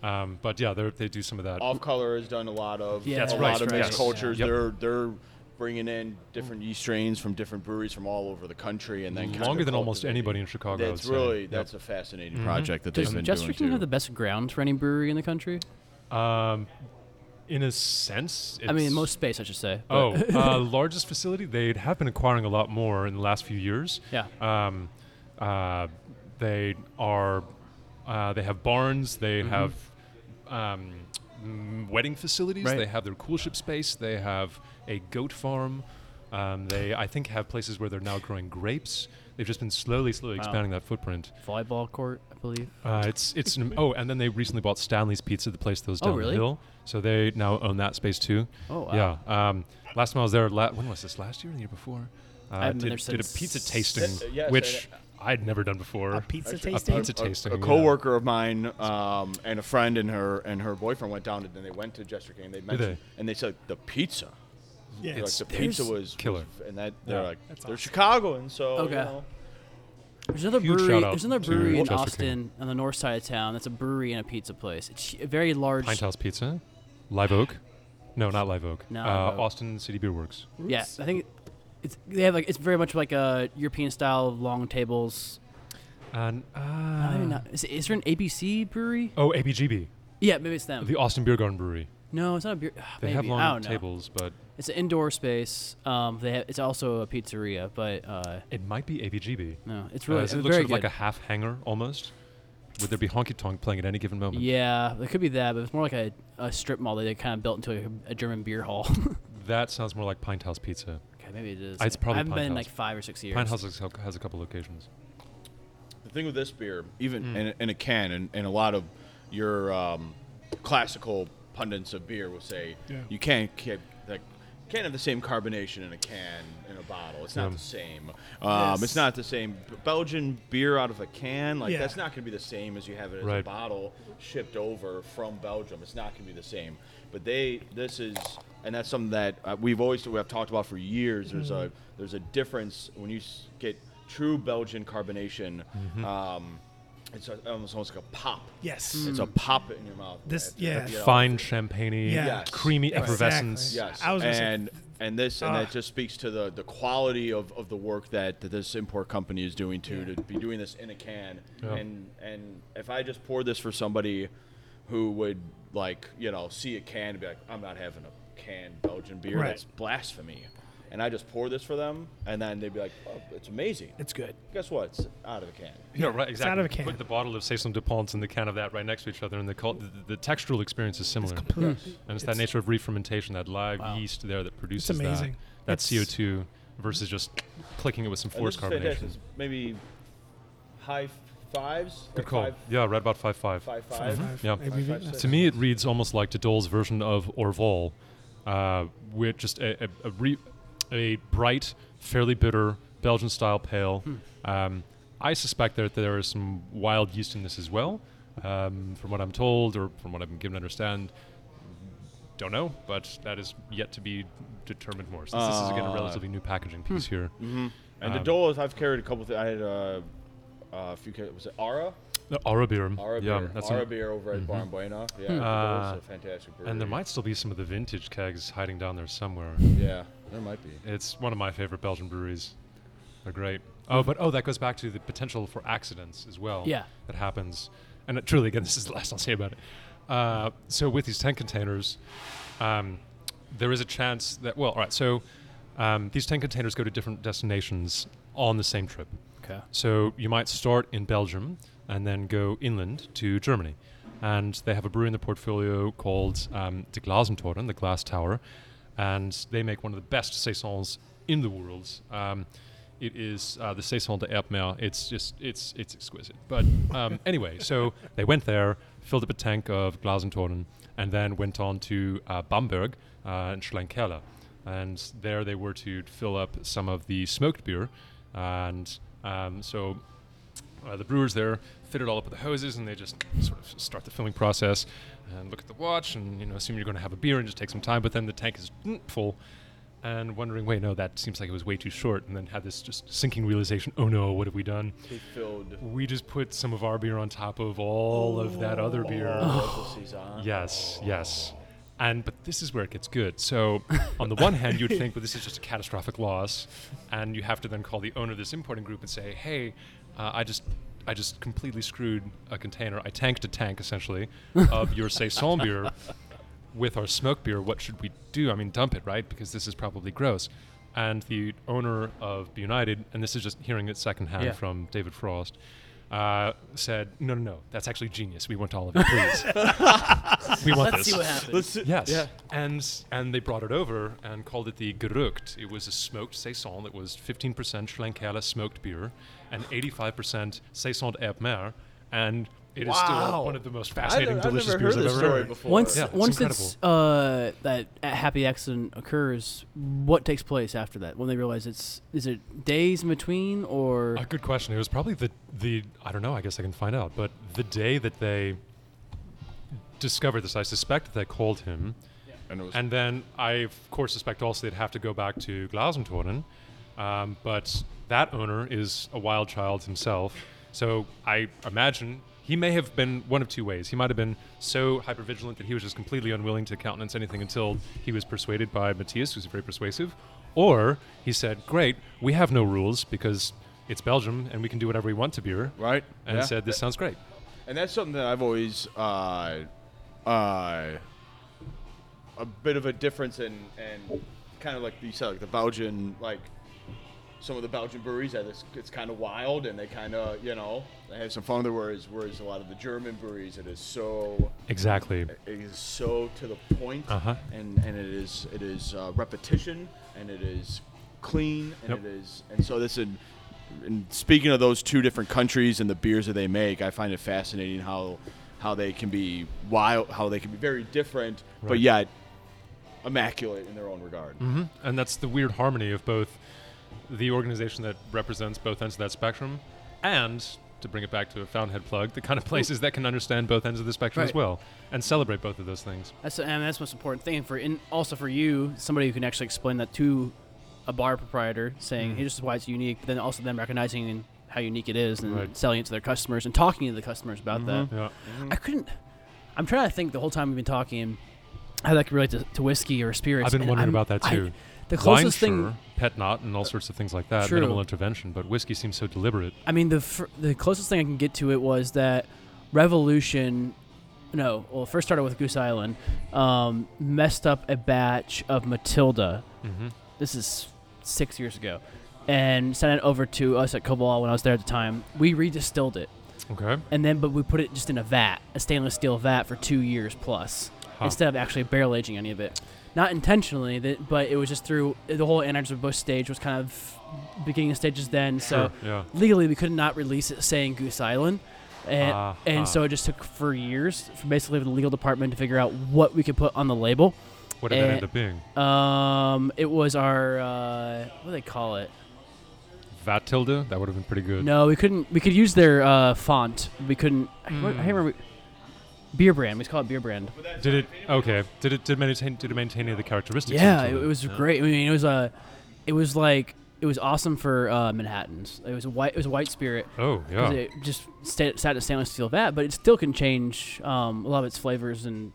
Speaker 2: Um, but yeah, they're- they do some of that.
Speaker 4: Off color has done a lot of
Speaker 1: Yeah, That's
Speaker 4: a
Speaker 1: right,
Speaker 4: lot of
Speaker 1: right,
Speaker 4: mixed
Speaker 1: yes.
Speaker 4: cultures.
Speaker 2: Yep.
Speaker 4: They're they're bringing in different yeast strains from different breweries from all over the country and then kind
Speaker 2: Longer
Speaker 4: of
Speaker 2: than almost
Speaker 4: cultivating.
Speaker 2: anybody in Chicago, I
Speaker 4: That's
Speaker 2: would say.
Speaker 4: really
Speaker 2: Yep. Mm-hmm.
Speaker 4: that's a fascinating project that they've
Speaker 1: does
Speaker 4: been
Speaker 1: Jester
Speaker 4: doing
Speaker 1: King
Speaker 4: too.
Speaker 1: have the best ground for any brewery in the country?
Speaker 2: in a sense,
Speaker 1: I mean,
Speaker 2: it's-
Speaker 1: most space, I should say. but-
Speaker 2: Oh, uh, largest facility. They have been acquiring a lot more in the last few years.
Speaker 1: Yeah.
Speaker 2: Um, uh, they are. Uh, they have barns. They
Speaker 1: Mm-hmm.
Speaker 2: have um, mm, wedding facilities.
Speaker 1: Right.
Speaker 2: They have their cool ship space. They have a goat farm. Um, they, I think, have places where they're now growing grapes. They've just been slowly, slowly expanding that footprint.
Speaker 1: volleyball court, I believe.
Speaker 2: Uh, it's it's an, oh, and then they recently bought Stanley's Pizza, the place that was
Speaker 1: Oh,
Speaker 2: down
Speaker 1: really?
Speaker 2: the hill. So they now own that space too.
Speaker 1: Oh, wow.
Speaker 2: Yeah. Um, last time I was there, la- when was this? Last year or the year before? Uh,
Speaker 1: haven't
Speaker 2: did,
Speaker 1: been there
Speaker 2: did a
Speaker 1: since- uh,
Speaker 2: pizza tasting,
Speaker 4: Th- yes,
Speaker 2: which I'd never done before.
Speaker 3: A pizza
Speaker 4: Actually,
Speaker 3: tasting.
Speaker 2: pizza-
Speaker 4: a, a-
Speaker 2: tasting,
Speaker 4: A
Speaker 2: yeah.
Speaker 4: coworker of mine um, and a friend and her and her boyfriend went down and they went to Jester King. They mentioned and they said the pizza.
Speaker 3: yeah,
Speaker 4: They're like the
Speaker 3: there's-
Speaker 4: pizza was
Speaker 2: killer.
Speaker 4: was- and that they're
Speaker 2: Yeah.
Speaker 4: like
Speaker 3: That's
Speaker 4: they're
Speaker 3: awesome.
Speaker 4: Chicagoan, so
Speaker 1: Okay.
Speaker 4: you know.
Speaker 1: There's another
Speaker 2: Huge
Speaker 1: brewery.
Speaker 2: shout-out
Speaker 1: There's another
Speaker 2: to
Speaker 1: brewery in
Speaker 2: Chester King.
Speaker 1: Austin on the north side of town. That's a brewery and a pizza place. It's hu- a very large.
Speaker 2: Pint House Pizza, Live Oak. No, not Live Oak.
Speaker 1: No,
Speaker 2: uh,
Speaker 1: Live Oak.
Speaker 2: Austin City Beer Works.
Speaker 1: Yeah, I think it's they have like it's very much like a European style of long tables.
Speaker 2: And
Speaker 1: No,
Speaker 2: uh,
Speaker 1: maybe not. Is, is there an ABC brewery?
Speaker 2: Oh, ABGB,
Speaker 1: Yeah, maybe it's them.
Speaker 2: the Austin Beer Garden Brewery.
Speaker 1: no, it's not a beer. ah,
Speaker 2: They
Speaker 1: maybe.
Speaker 2: have
Speaker 1: I
Speaker 2: long
Speaker 1: don't know.
Speaker 2: tables, but
Speaker 1: It's an indoor space. Um, they have, it's also a pizzeria, but uh,
Speaker 2: it might be ABGB.
Speaker 1: no, it's really
Speaker 2: Uh,
Speaker 1: it's
Speaker 2: it
Speaker 1: very
Speaker 2: looks sort of
Speaker 1: good.
Speaker 2: like a half hanger almost. Would there be honky tonk playing at any given moment?
Speaker 1: yeah, it could be that, but it's more like a, a strip mall that they kind of built into a, a German beer hall. okay,
Speaker 2: That sounds more like Pint House Pizza.
Speaker 1: maybe it is.
Speaker 2: It's probably
Speaker 1: I haven't been in
Speaker 2: Pinehouse.
Speaker 1: like five or six years.
Speaker 2: Pint House has, has a couple locations.
Speaker 4: The thing with this beer, even
Speaker 3: Mm.
Speaker 4: in, in a can, and, and a lot of your um, classical pundits of beer will say
Speaker 3: Yeah.
Speaker 4: you can't keep like can't have the same carbonation in a can in a bottle. It's not
Speaker 2: Yeah.
Speaker 4: the same. Um,
Speaker 3: Yes.
Speaker 4: It's not the same. B- Belgian beer out of a can, like
Speaker 3: Yeah.
Speaker 4: that's not going to be the same as you have it as a
Speaker 2: Right.
Speaker 4: bottle shipped over from Belgium. It's not going to be the same. But they, this is, and that's something that uh, we've always we have talked about for years. There's a there's a difference when you s- get true Belgian carbonation. Um, it's a, almost almost like a pop.
Speaker 3: Yes.
Speaker 4: It's a pop in your mouth.
Speaker 3: This-
Speaker 4: at the- at
Speaker 3: yeah.
Speaker 4: the-
Speaker 2: Fine champagne,
Speaker 3: Yeah.
Speaker 4: Yes.
Speaker 2: creamy
Speaker 3: Exactly.
Speaker 2: effervescence.
Speaker 4: Yes,
Speaker 3: I was gonna say-
Speaker 4: and and this and
Speaker 3: Ah.
Speaker 4: that just speaks to the, the quality of, of the work that, that this import company is doing too to be doing this in a can
Speaker 2: Yeah.
Speaker 4: and and if I just poured this for somebody who would like you know see a can and be like I'm not having a canned Belgian beer
Speaker 3: Right.
Speaker 4: that's blasphemy, and I just pour this for them and then they'd be like oh, it's amazing.
Speaker 3: It's good.
Speaker 4: Guess what? It's out of a can.
Speaker 2: Yeah, right. Exactly.
Speaker 3: It's out of a can.
Speaker 2: Put the bottle of Saison DuPont and the can of that right next to each other, and the, col- the, the textural experience is similar.
Speaker 3: Completely.
Speaker 2: and it's, that nature of re-fermentation, that live yeast there that produces that-
Speaker 3: amazing.
Speaker 2: that,
Speaker 3: It's-
Speaker 2: CO2 versus just clicking it with some
Speaker 4: And this
Speaker 2: forced
Speaker 4: is fantastic.
Speaker 2: carbonation.
Speaker 4: It's maybe high fives.
Speaker 2: Good
Speaker 4: or
Speaker 2: call.
Speaker 4: Five,
Speaker 2: yeah, right about five five.
Speaker 4: five
Speaker 3: Five,
Speaker 4: five.
Speaker 3: five,
Speaker 2: Yeah.
Speaker 3: ABV.
Speaker 4: Five, five,
Speaker 3: That's-
Speaker 2: To me, it reads almost like Dodol's version of Orval, uh, with just a, a, a, re- a bright, fairly bitter Belgian style pale.
Speaker 4: Hmm.
Speaker 2: Um, I suspect that there is some wild yeast in this as well, um, from what I'm told or from what I've been given to understand. Don't know, but that is yet to be determined more. Since this is again a
Speaker 4: Uh,
Speaker 2: relatively new packaging piece here.
Speaker 4: And
Speaker 2: Um,
Speaker 4: the Dole, is- I've carried a couple. Th- I had uh, a few. Ca- was it Ara?
Speaker 2: The Aura beer.
Speaker 4: Ara
Speaker 2: yeah,
Speaker 4: beer.
Speaker 2: that's an- Mm-hmm.
Speaker 4: Ara beer over at Barn Buena. Yeah, the
Speaker 2: Uh,
Speaker 4: Dole's a fantastic brewery.
Speaker 2: And there might still be some of the vintage kegs hiding down there somewhere.
Speaker 4: Yeah, there might be.
Speaker 2: It's one of my favorite Belgian breweries. They're great. Oh, but oh, that goes back to the potential for accidents as well.
Speaker 1: Yeah.
Speaker 2: that happens. And it, truly, again, this is the last I'll say about it. Uh, so with these tank containers, um, there is a chance that well, all right. So um, these tank containers go to different destinations on the same trip.
Speaker 1: Okay.
Speaker 2: So you might start in Belgium and then go inland to Germany. And they have a brewery in the portfolio called um, De Glasentoren, the Glass Tower. And they make one of the best saisons in the world. Um, it is uh, the Saison de Erdmeer. It's just, it's, it's exquisite. But um, anyway, so they went there, filled up a tank of Glasentoren, and then went on to uh, Bamberg uh, and Schlenkela. And there they were to fill up some of the smoked beer and um, so uh, the brewers there fit it all up with the hoses, and they just sort of start the filling process and look at the watch, and you know, assume you're going to have a beer and just take some time. But then the tank is mm, full, and wondering, wait, no, that seems like it was way too short, and then had this just sinking realization, oh no, what have we done?
Speaker 4: They filled
Speaker 2: We just put some of our beer on top of all of that other beer.
Speaker 4: local saison.
Speaker 2: Yes, yes. And but this is where it gets good. So on the one hand, you'd think, well, this is just a catastrophic loss, and you have to then call the owner of this importing group and say, hey, uh, I just. I just completely screwed a container. I tanked a tank essentially of your saison beer with our smoke beer. What should we do? I mean, dump it, right? Because this is probably gross. And the owner of Be United, and this is just hearing it secondhand
Speaker 1: Yeah.
Speaker 2: from David Frost, uh, said, "No, no, no. That's actually genius. We want all of it, please." we want
Speaker 1: Let's
Speaker 2: this.
Speaker 1: see what happens.
Speaker 2: Yes. And and they brought it over and called it the Gerucht. It was a smoked saison that was 15% Schlenkala smoked beer and 85% saison d'Epmer. And it is still one of the most
Speaker 4: I
Speaker 2: fascinating,
Speaker 4: don't, I've
Speaker 2: delicious
Speaker 4: never heard
Speaker 2: beers
Speaker 4: this
Speaker 2: I've ever
Speaker 4: story
Speaker 2: heard.
Speaker 4: before.
Speaker 1: Once
Speaker 2: Yeah, it's
Speaker 1: once it's, uh, that a- happy accident occurs, what takes place after that? When they realize it's is it days in between or
Speaker 2: A good question. It was probably the the I don't know. I guess I can find out. But the day that they discovered this, I suspect that they called him,
Speaker 4: And it was-
Speaker 2: and then I of course suspect also they'd have to go back to Glasentoren. Um, but that owner is a wild child himself, so I imagine he may have been one of two ways. He might have been so hypervigilant that he was just completely unwilling to countenance anything until he was persuaded by Matthias, who's very persuasive, or he said, "Great, we have no rules because." it's Belgium and we can do whatever we want to beer,
Speaker 4: right?
Speaker 2: and
Speaker 4: Yeah.
Speaker 2: said this sounds great.
Speaker 4: And that's something that I've always uh, uh, a bit of a difference in, and kind of like you said, like the Belgian, like some of the Belgian breweries that it's, it's kind of wild and they kind of you know they have some fun there. Whereas whereas a lot of the German breweries, it is so
Speaker 2: Exactly.
Speaker 4: it is so to the point,
Speaker 2: Uh-huh.
Speaker 4: and and it is it is uh, repetition, and it is clean, and
Speaker 2: Yep.
Speaker 4: it is and so this in, and speaking of those two different countries and the beers that they make, I find it fascinating how how they can be wild, how they can be very different, but
Speaker 2: Right.
Speaker 4: yet immaculate in their own regard.
Speaker 2: hmm And that's the weird harmony of both the organization that represents both ends of that spectrum and to bring it back to a fountainhead plug, the kind of places that can understand both ends of the spectrum as
Speaker 1: Right.
Speaker 2: well and celebrate both of those things.
Speaker 1: That's and that's the most important thing for and also for you, somebody who can actually explain that to a bar proprietor, saying
Speaker 2: Mm.
Speaker 1: hey, this is why it's unique, but then also them recognizing how unique it is and
Speaker 2: Right. Mm-hmm.
Speaker 1: selling it to their customers and talking to the customers about that.
Speaker 2: Yeah.
Speaker 1: I couldn't. I'm trying to think the whole time we've been talking how that could relate to, to whiskey or spirits.
Speaker 2: I've been
Speaker 1: and I'm-
Speaker 2: wondering about that
Speaker 1: I-
Speaker 2: too.
Speaker 1: the closest
Speaker 2: Wine,
Speaker 1: thing, Uh,
Speaker 2: sure, pet knot, and all sorts of things like that.
Speaker 1: True.
Speaker 2: Minimal intervention, but whiskey seems so deliberate.
Speaker 1: I mean, the fir- the closest thing I can get to it was that Revolution. No, well, it first started with Goose Island. Um, messed up a batch of Matilda.
Speaker 2: Mm-hmm.
Speaker 1: this is six years ago, and sent it over to us at Cobalt when I was there at the time. We redistilled it,
Speaker 2: Okay.
Speaker 1: and then but we put it just in a vat, a stainless steel vat, for two years plus,
Speaker 2: Huh.
Speaker 1: instead of actually barrel aging any of it. Not intentionally, that, but it was just through the whole Anheuser Busch stage was kind of beginning stages then. So
Speaker 2: Sure, yeah.
Speaker 1: legally, we could not release it saying Goose Island. And,
Speaker 2: Ah.
Speaker 1: and so it just took for years for basically the legal department to figure out what we could put on the label.
Speaker 2: What did that
Speaker 1: eh,
Speaker 2: end up being?
Speaker 1: Um, it was our uh, what do they call it?
Speaker 2: Vat tilde? That would have been pretty good.
Speaker 1: No, we couldn't. We could use their uh, font. We couldn't. I can't- I
Speaker 2: Mm.
Speaker 1: can't remember. Beer brand. We just call it beer brand.
Speaker 2: Did it? Okay. Did it? Did maintain? Did it maintain any of the characteristics? of
Speaker 1: Yeah, it,
Speaker 2: tilde?
Speaker 1: it was
Speaker 2: Yeah.
Speaker 1: great. I mean, it was Uh, it was like it was awesome for uh, Manhattan's. It was a white. It was a white spirit.
Speaker 2: Oh
Speaker 1: 'cause
Speaker 2: yeah.
Speaker 1: It just sta- sat in a stainless steel vat, but it still can change um, a lot of its flavors and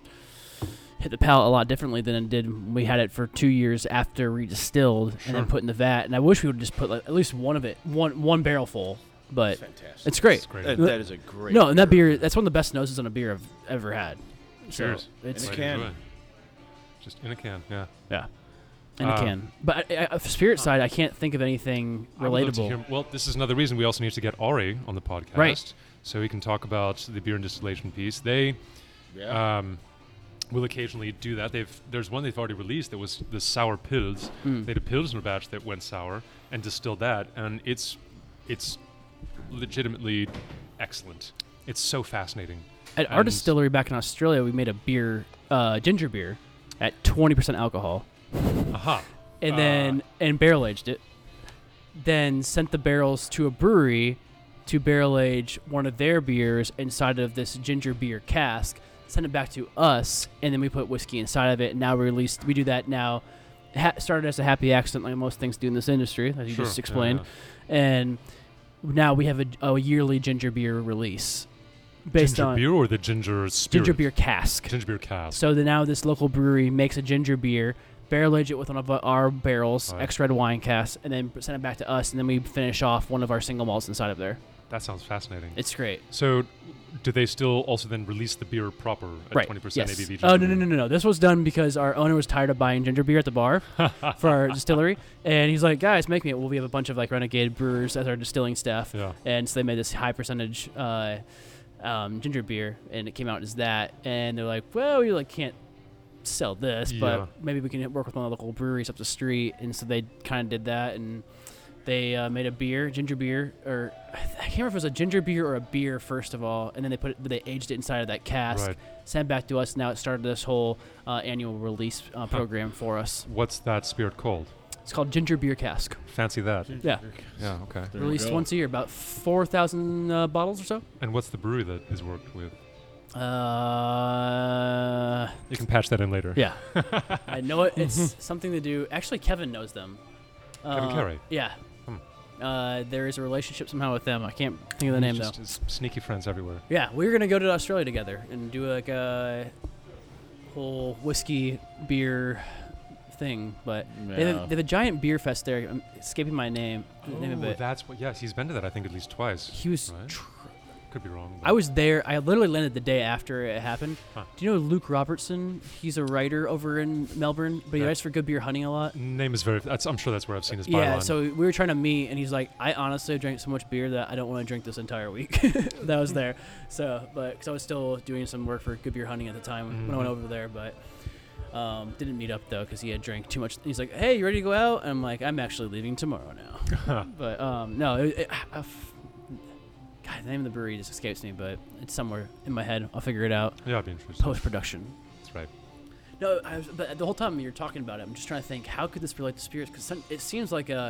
Speaker 1: hit the palate a lot differently than it did when we had it for two years after redistilled and
Speaker 2: Sure.
Speaker 1: then put in the vat. And I wish we would just put like, at least one of it, one one barrel full. But
Speaker 4: Fantastic.
Speaker 1: it's great. Uh,
Speaker 2: It's great.
Speaker 4: That- that is a great.
Speaker 1: No, and that beer, that's one of the best noses on a beer I've ever had. So,
Speaker 2: Cheers.
Speaker 1: it's
Speaker 4: In a
Speaker 2: Right,
Speaker 4: can.
Speaker 2: enjoy. Just in a can. Yeah.
Speaker 1: in a
Speaker 2: Ah.
Speaker 1: can. But I, I, for spirit side, I can't think of anything
Speaker 2: I would love to
Speaker 1: relatable.
Speaker 2: hear- well, this is another reason we also need to get Ari on the podcast,
Speaker 1: Right.
Speaker 2: So he can talk about the beer and distillation piece. They
Speaker 4: Yeah.
Speaker 2: um, will occasionally do that. They've there's one they've already released that was the sour pils.
Speaker 1: Mm.
Speaker 2: They had a pilsner batch that went sour and distilled that, and it's it's legitimately excellent. It's so fascinating.
Speaker 1: At our
Speaker 2: and-
Speaker 1: distillery back in Australia, we made a beer, uh, ginger beer, at 20% alcohol,
Speaker 2: Aha.
Speaker 1: and
Speaker 2: Ah.
Speaker 1: then and barrel aged it. Then sent the barrels to a brewery to barrel age one of their beers inside of this ginger beer cask. Sent it back to us, and then we put whiskey inside of it. And now we released. We do that now. Ha- started as a happy accident, like most things do in this industry, as you
Speaker 2: Sure,
Speaker 1: just
Speaker 2: yeah,
Speaker 1: explained.
Speaker 2: yeah.
Speaker 1: and now we have a, a yearly ginger beer release based
Speaker 2: ginger
Speaker 1: on
Speaker 2: beer or the ginger spirit?
Speaker 1: ginger beer cask.
Speaker 2: Ginger beer cask.
Speaker 1: So the, now this local brewery makes a ginger beer, barrel age it with one of our barrels,
Speaker 2: Right.
Speaker 1: extra red wine casks, and then send it back to us, and then we finish off one of our single malts inside of there.
Speaker 2: That sounds fascinating.
Speaker 1: It's great.
Speaker 2: So, do they still also then release the beer proper at
Speaker 1: Right.
Speaker 2: 20%
Speaker 1: yes.
Speaker 2: ABV?
Speaker 1: Oh
Speaker 2: ginger
Speaker 1: no no no
Speaker 2: beer?
Speaker 1: no no! This was done because our owner was tired of buying ginger beer at the bar for our distillery, and he's like, "Guys, make me it." Well, we have a bunch of like renegade brewers as our distilling staff,
Speaker 2: Yeah.
Speaker 1: and so they made this high percentage uh, um, ginger beer, and it came out as that. And they're like, well, you like can't sell this,
Speaker 2: Yeah.
Speaker 1: but maybe we can work with one of the local breweries up the street. And so they kind of did that, and they uh, made a beer, ginger beer, or I can't remember if it was a ginger beer or a beer first of all, and then they put it, but they aged it inside of that cask,
Speaker 2: Right.
Speaker 1: sent it back to us. Now it started this whole uh, annual release uh, program for us.
Speaker 2: What's that spirit called?
Speaker 1: It's called Ginger Beer Cask.
Speaker 2: Fancy that.
Speaker 1: Yeah,
Speaker 2: Yeah, okay.
Speaker 4: There we
Speaker 1: released
Speaker 4: go.
Speaker 1: once a year, about four thousand uh, bottles or so.
Speaker 2: And what's the brewery that is worked with?
Speaker 1: Uh,
Speaker 2: You can patch that in later.
Speaker 1: yeah. I know it. It's something to do. Actually, Kevin knows them.
Speaker 2: Kevin
Speaker 1: Uh,
Speaker 2: Carey?
Speaker 1: Yeah.
Speaker 2: Hmm.
Speaker 1: Uh, there is a relationship somehow with them. I can't think of the name though.
Speaker 2: Just s- sneaky friends everywhere.
Speaker 1: Yeah, we were gonna go to Australia together and do like a whole whiskey beer thing, but they, have,
Speaker 4: Yeah.
Speaker 1: they have a giant beer fest there. I'm escaping my name, the name of
Speaker 2: Oh,
Speaker 1: it.
Speaker 2: that's what. Yes, he's been to that. I think at least twice.
Speaker 1: he was.
Speaker 2: Right?
Speaker 1: tr-
Speaker 2: Could be wrong.
Speaker 1: I was there. I literally landed the day after it happened.
Speaker 2: Huh.
Speaker 1: Do you know Luke Robertson? He's a writer over in Melbourne, but he
Speaker 2: Yeah.
Speaker 1: writes for Good Beer Hunting a lot.
Speaker 2: Name is very. That's, I'm sure that's where I've seen his byline.
Speaker 1: Yeah, so we were trying to meet, and he's like, "I honestly drank so much beer that I don't want to drink this entire week." that was there, so but because I was still doing some work for Good Beer Hunting at the time when I went
Speaker 2: Mhm.
Speaker 1: over there, but um, didn't meet up though because he had drank too much. He's like, "Hey, you ready to go out?" And I'm like, "I'm actually leaving tomorrow now." but um, no, it, it, I f- God, the name of the brewery just escapes me, but it's somewhere in my head. I'll figure it out
Speaker 2: yeah, I'd be interested.
Speaker 1: post production.
Speaker 2: That's right.
Speaker 1: No, I was, but the whole time you're talking about it, I'm just trying to think how could this relate to spirits? Because it seems like a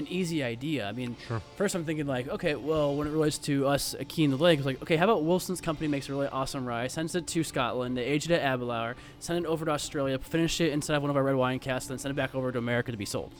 Speaker 1: an easy idea. I mean,
Speaker 2: Sure.
Speaker 1: first I'm thinking like, okay, well, when it relates to us, a key in the leg, it's like, okay, how about Wilson's company makes a really awesome rye, sends it to Scotland, they age it at Aberlour, send it over to Australia, finish it inside of one of our red wine casks, then send it back over to America to be sold.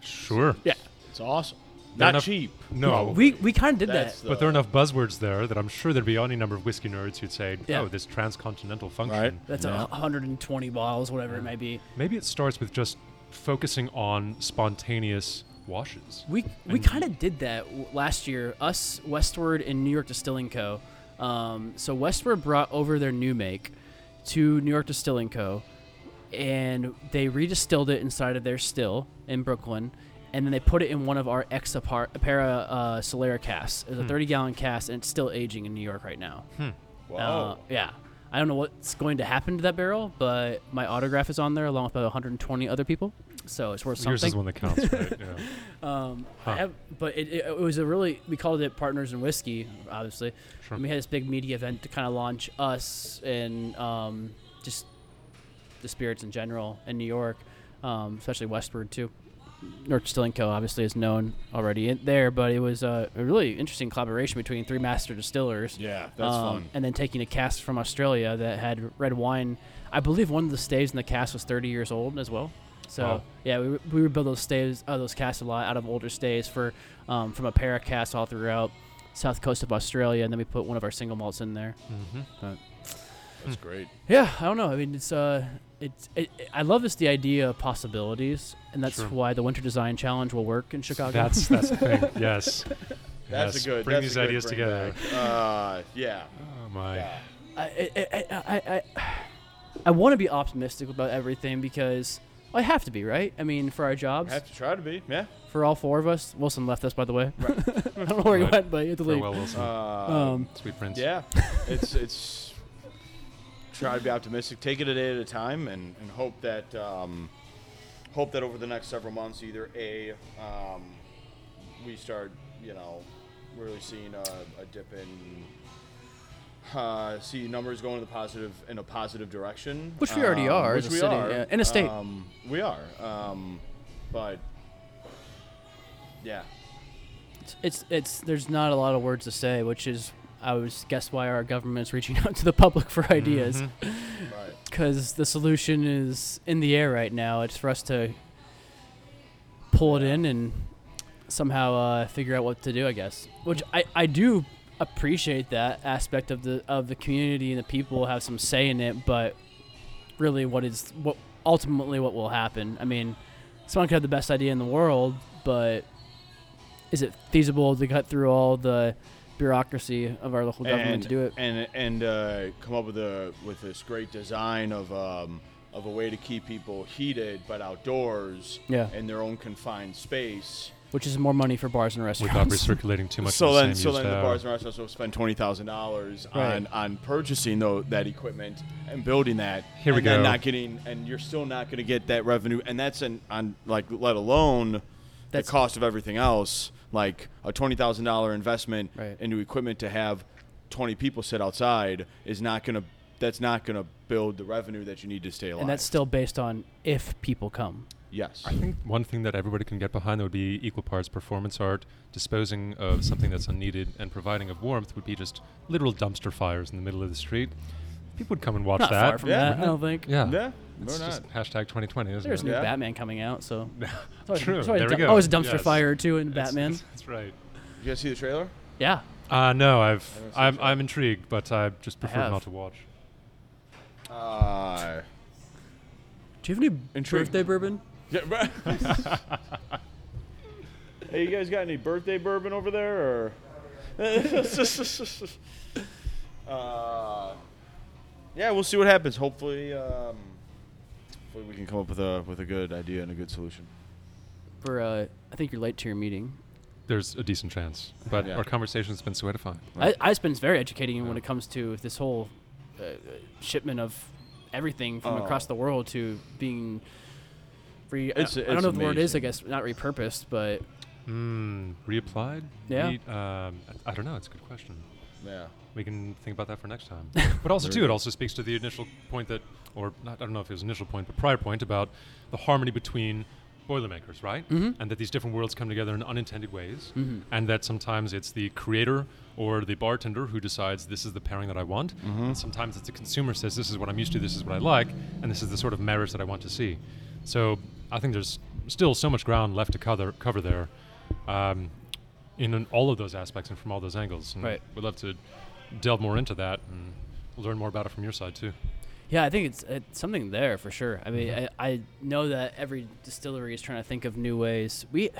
Speaker 2: Sure.
Speaker 1: Yeah,
Speaker 4: It's awesome.
Speaker 2: They're
Speaker 4: Not
Speaker 2: not-
Speaker 4: cheap.
Speaker 2: No.
Speaker 1: we we kind of did
Speaker 4: That's
Speaker 1: that.
Speaker 2: but there are enough buzzwords there that I'm sure there'd be any number of whiskey nerds who'd say,
Speaker 1: Yeah.
Speaker 2: "Oh, this transcontinental function."
Speaker 4: Right.
Speaker 1: That's a
Speaker 4: Yeah.
Speaker 1: 120 bottles, whatever it may be.
Speaker 2: Maybe it starts with just focusing on spontaneous washes.
Speaker 1: We we
Speaker 2: And-
Speaker 1: kind of did that w- last year. Us Westward and New York Distilling Co. Um, so Westward brought over their new make to New York Distilling Co. And they redistilled it inside of their still in Brooklyn, and then they put it in one of our Exapar Para uh, Solera casks. It's a 30 gallon cask, and it's still aging in New York right now. Uh,
Speaker 4: Wow.
Speaker 1: yeah. I don't know what's going to happen to that barrel, but my autograph is on there along with about 120 other people, so it's worth
Speaker 2: Yours is
Speaker 1: something.
Speaker 2: the one that counts, right? Yeah.
Speaker 1: Um,
Speaker 2: Huh.
Speaker 1: I have, but it, it, it was a really we called it partners in whiskey, obviously.
Speaker 2: Sure.
Speaker 1: And we had this big media event to kind of launch us and um, just the spirits in general in New York, um, especially Westward too. North Distilling Co. obviously is known already in there, but it was uh, a really interesting collaboration between three master distillers.
Speaker 4: Yeah, that's
Speaker 1: um,
Speaker 4: fun.
Speaker 1: And then taking a cask from Australia that had red wine. I believe one of the staves in the cask was 30 years old as well. So
Speaker 2: Wow.
Speaker 1: yeah, we, we would build those staves, uh, those casts a lot out of older staves for um, from a pair of casts all throughout south coast of Australia, and then we put one of our single malts in there.
Speaker 2: hmm
Speaker 4: That's great.
Speaker 1: Yeah, I don't know. I mean, it's uh, it's it, I love this the idea of possibilities, and that's
Speaker 2: Sure.
Speaker 1: why the Winter Design Challenge will work in Chicago.
Speaker 2: That's that's the thing. Yes.
Speaker 4: That's
Speaker 2: yes.
Speaker 4: a good.
Speaker 2: Bring
Speaker 4: that's
Speaker 2: these
Speaker 4: a good
Speaker 2: ideas
Speaker 4: bring
Speaker 2: together.
Speaker 4: back. Uh, yeah.
Speaker 2: Oh my.
Speaker 4: yeah.
Speaker 1: I I I I, I, I want to be optimistic about everything because I have to be, right? I mean, for our jobs,
Speaker 4: Have to try to be. Yeah.
Speaker 1: for all four of us. Wilson left us, by the way. I don't know where
Speaker 2: Right.
Speaker 1: he went, but you had to leave.
Speaker 2: Farewell, Wilson.
Speaker 4: Uh,
Speaker 1: Um,
Speaker 2: Sweet friends.
Speaker 4: yeah. it's it's try to be optimistic. Take it a day at a time, and and hope that um, hope that over the next several months, either a um, we start you know really seeing a, a dip in. Uh, see numbers going in the positive in a positive direction,
Speaker 1: Which we already
Speaker 4: um,
Speaker 1: are as
Speaker 4: which
Speaker 1: a
Speaker 4: we
Speaker 1: city,
Speaker 4: are,
Speaker 1: yeah, and a state.
Speaker 4: Um, we are, um, but yeah,
Speaker 1: it's it's there's not a lot of words to say, which is I was guess why our government's reaching out to the public for ideas
Speaker 4: right.
Speaker 1: because the solution is in the air right now. It's for us to pull it in and somehow uh, figure out what to do, I guess. Which I, I do appreciate that aspect of the of the community and the people have some say in it, but really, what is what ultimately what will happen? I mean, someone could have the best idea in the world, but is it feasible to cut through all the bureaucracy of our local government
Speaker 4: and,
Speaker 1: to do it?
Speaker 4: and and uh, come up with a with this great design of um, of a way to keep people heated but outdoors
Speaker 1: Yeah.
Speaker 4: in their own confined space.
Speaker 1: Which is more money for bars and restaurants.
Speaker 2: Without recirculating too much.
Speaker 4: so
Speaker 2: of the
Speaker 4: then,
Speaker 2: same
Speaker 4: so
Speaker 2: used
Speaker 4: then the
Speaker 2: out.
Speaker 4: bars and restaurants will spend twenty thousand dollars on
Speaker 1: Right.
Speaker 4: on purchasing though that equipment and building that.
Speaker 2: Here we
Speaker 4: and then
Speaker 2: go.
Speaker 4: Not getting, and you're still not going to get that revenue, and that's an on like let alone
Speaker 1: That's-
Speaker 4: the cost of everything else, like a twenty thousand dollar investment
Speaker 1: Right.
Speaker 4: into equipment to have twenty people sit outside is not going to. That's not going to build the revenue that you need to stay alive.
Speaker 1: and that's still based on if people come.
Speaker 4: yes.
Speaker 2: I think one thing that everybody can get behind that would be equal parts performance art, disposing of something that's unneeded, and providing of warmth would be just literal dumpster fires in the middle of the street. People would come and watch
Speaker 1: Not
Speaker 2: that.
Speaker 1: far from
Speaker 4: Yeah.
Speaker 1: that, I don't think.
Speaker 2: yeah.
Speaker 4: Yeah,
Speaker 2: It's
Speaker 4: we're
Speaker 2: just hashtag 2020, isn't
Speaker 1: There's
Speaker 2: it?
Speaker 1: new
Speaker 4: Yeah.
Speaker 1: Batman coming out, so. It's always-
Speaker 2: True.
Speaker 1: it's always
Speaker 2: There
Speaker 1: a
Speaker 2: we
Speaker 1: dump-
Speaker 2: go.
Speaker 1: Always a dumpster
Speaker 2: Yes.
Speaker 1: fire or two in
Speaker 2: It's-
Speaker 1: Batman.
Speaker 2: it's- That's right.
Speaker 4: You guys see the trailer?
Speaker 1: yeah.
Speaker 2: Uh, no, I've
Speaker 4: haven't seen
Speaker 2: I'm,
Speaker 4: it yet.
Speaker 2: I'm intrigued, but I just prefer
Speaker 1: have.
Speaker 2: not to watch.
Speaker 4: Uh,
Speaker 1: Do you have any
Speaker 4: Intrigued.
Speaker 1: birthday bourbon?
Speaker 4: Yeah, right. hey, you guys got any birthday bourbon over there? Or uh, yeah, we'll see what happens. Hopefully, um, hopefully we can come up with a with a good idea and a good solution.
Speaker 1: For uh, I think you're late to your meeting.
Speaker 2: There's a decent chance, but
Speaker 4: Yeah.
Speaker 2: our conversation's been so edifying.
Speaker 1: I, I spend very educating
Speaker 2: Yeah.
Speaker 1: when it comes to this whole uh, shipment of everything from
Speaker 4: Oh.
Speaker 1: across the world to being. Re-
Speaker 4: It's-
Speaker 1: I, I don't
Speaker 4: it's
Speaker 1: know if the word is. I
Speaker 4: amazing.
Speaker 1: guess not repurposed, but
Speaker 2: Mm, reapplied?
Speaker 1: Yeah.
Speaker 2: Re- um, I, I don't know. It's a good question.
Speaker 4: Yeah.
Speaker 2: We can think about that for next time. But also,
Speaker 4: Very
Speaker 2: too, it
Speaker 4: good.
Speaker 2: also speaks to the initial point that, or not, I don't know if it was initial point, but prior point about the harmony between Boilermakers, right?
Speaker 1: Mhm.
Speaker 2: And that these different worlds come together in unintended ways.
Speaker 1: Mhm.
Speaker 2: And that sometimes it's the creator or the bartender who decides this is the pairing that I want.
Speaker 4: Mm-hmm.
Speaker 2: And sometimes it's the consumer says this is what I'm used to, this is what I like, and this is the sort of marriage that I want to see. So I think there's still so much ground left to cover, cover there. Um, in an, all of those aspects and from all those angles. And
Speaker 1: Right.
Speaker 2: We'd love to delve more into that and learn more about it from your side too.
Speaker 1: Yeah, I think it's, it's something there for sure. I mean, I, I know that every distillery is trying to think of new ways. We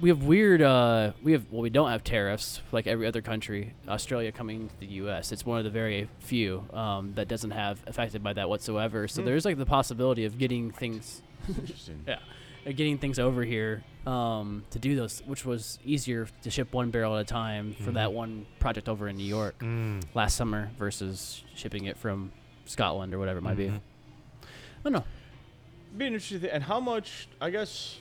Speaker 1: we have weird. Uh, we have well, we don't have tariffs like every other country. Australia coming to the U.S. It's one of the very few um, that doesn't have affected by that whatsoever. So there's like the possibility of getting things
Speaker 4: Interesting.
Speaker 1: yeah, uh, getting things over here um, to do those, which was easier to ship one barrel at a time for that one project over in New York last summer versus shipping it from Scotland or whatever it might be.
Speaker 2: Mhm.
Speaker 1: I don't know.
Speaker 4: Be an interesting. Thing. And how much? I guess.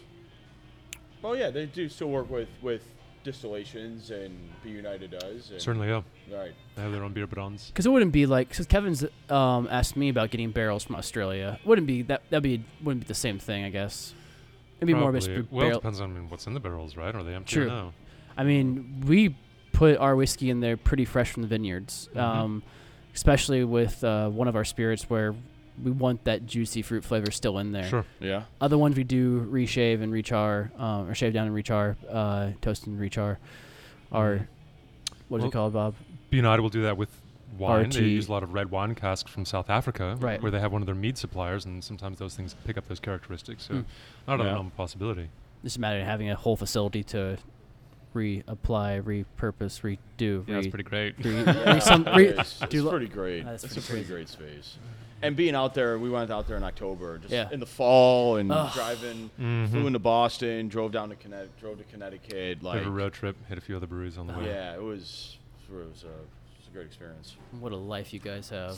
Speaker 4: Well, yeah, they do still work with with distillations, and Be United does. And,
Speaker 2: Certainly, yeah.
Speaker 4: Right.
Speaker 2: They have their own beer brands.
Speaker 1: Because it wouldn't be like because Kevin's um, asked me about getting barrels from Australia. Wouldn't be that that be wouldn't be the same thing, I guess. It'd be more of a
Speaker 2: Probably.
Speaker 1: sp-
Speaker 2: Well, it
Speaker 1: barrel.
Speaker 2: depends on what's in the barrels, right? Are they empty
Speaker 1: True.
Speaker 2: or no?
Speaker 1: I mean, we put our whiskey in there pretty fresh from the vineyards,
Speaker 2: Mhm.
Speaker 1: um, especially with uh, one of our spirits where we want that juicy fruit flavor still in there.
Speaker 2: Sure.
Speaker 4: Yeah.
Speaker 1: Other ones we do reshave and rechar, um, or shave down and rechar, uh, toast and rechar. Our what is
Speaker 2: Mm-hmm. Well-
Speaker 1: it called, Bob?
Speaker 2: Be United will do that with wine. They
Speaker 1: RT.
Speaker 2: use a lot of red wine casks from South Africa,
Speaker 1: Right.
Speaker 2: where they have one of their mead suppliers, and sometimes those things pick up those characteristics. So,
Speaker 1: Hmm.
Speaker 2: not a
Speaker 4: Yeah.
Speaker 2: realm of possibility.
Speaker 1: It's a matter of having a whole facility to reapply, repurpose, redo.
Speaker 2: Yeah,
Speaker 1: re-
Speaker 2: that's pretty great.
Speaker 1: re-
Speaker 4: Yeah,
Speaker 1: re- some-
Speaker 4: it
Speaker 1: re-
Speaker 4: is. it's
Speaker 1: do lo-
Speaker 4: pretty great.
Speaker 1: That's
Speaker 4: it's
Speaker 1: pretty
Speaker 4: a pretty great space. And being out there, we went out there in October, just
Speaker 1: Yeah.
Speaker 4: in the fall, and
Speaker 1: Ugh.
Speaker 4: driving.
Speaker 2: Mhm.
Speaker 1: Mm-hmm.
Speaker 4: Flew into Boston, drove down to Connecticut, drove to Connecticut.
Speaker 2: Bit
Speaker 4: Like,
Speaker 2: of a road trip, hit a few other breweries on the way.
Speaker 4: yeah, it was it was a, it was a great experience.
Speaker 1: what a life you guys have.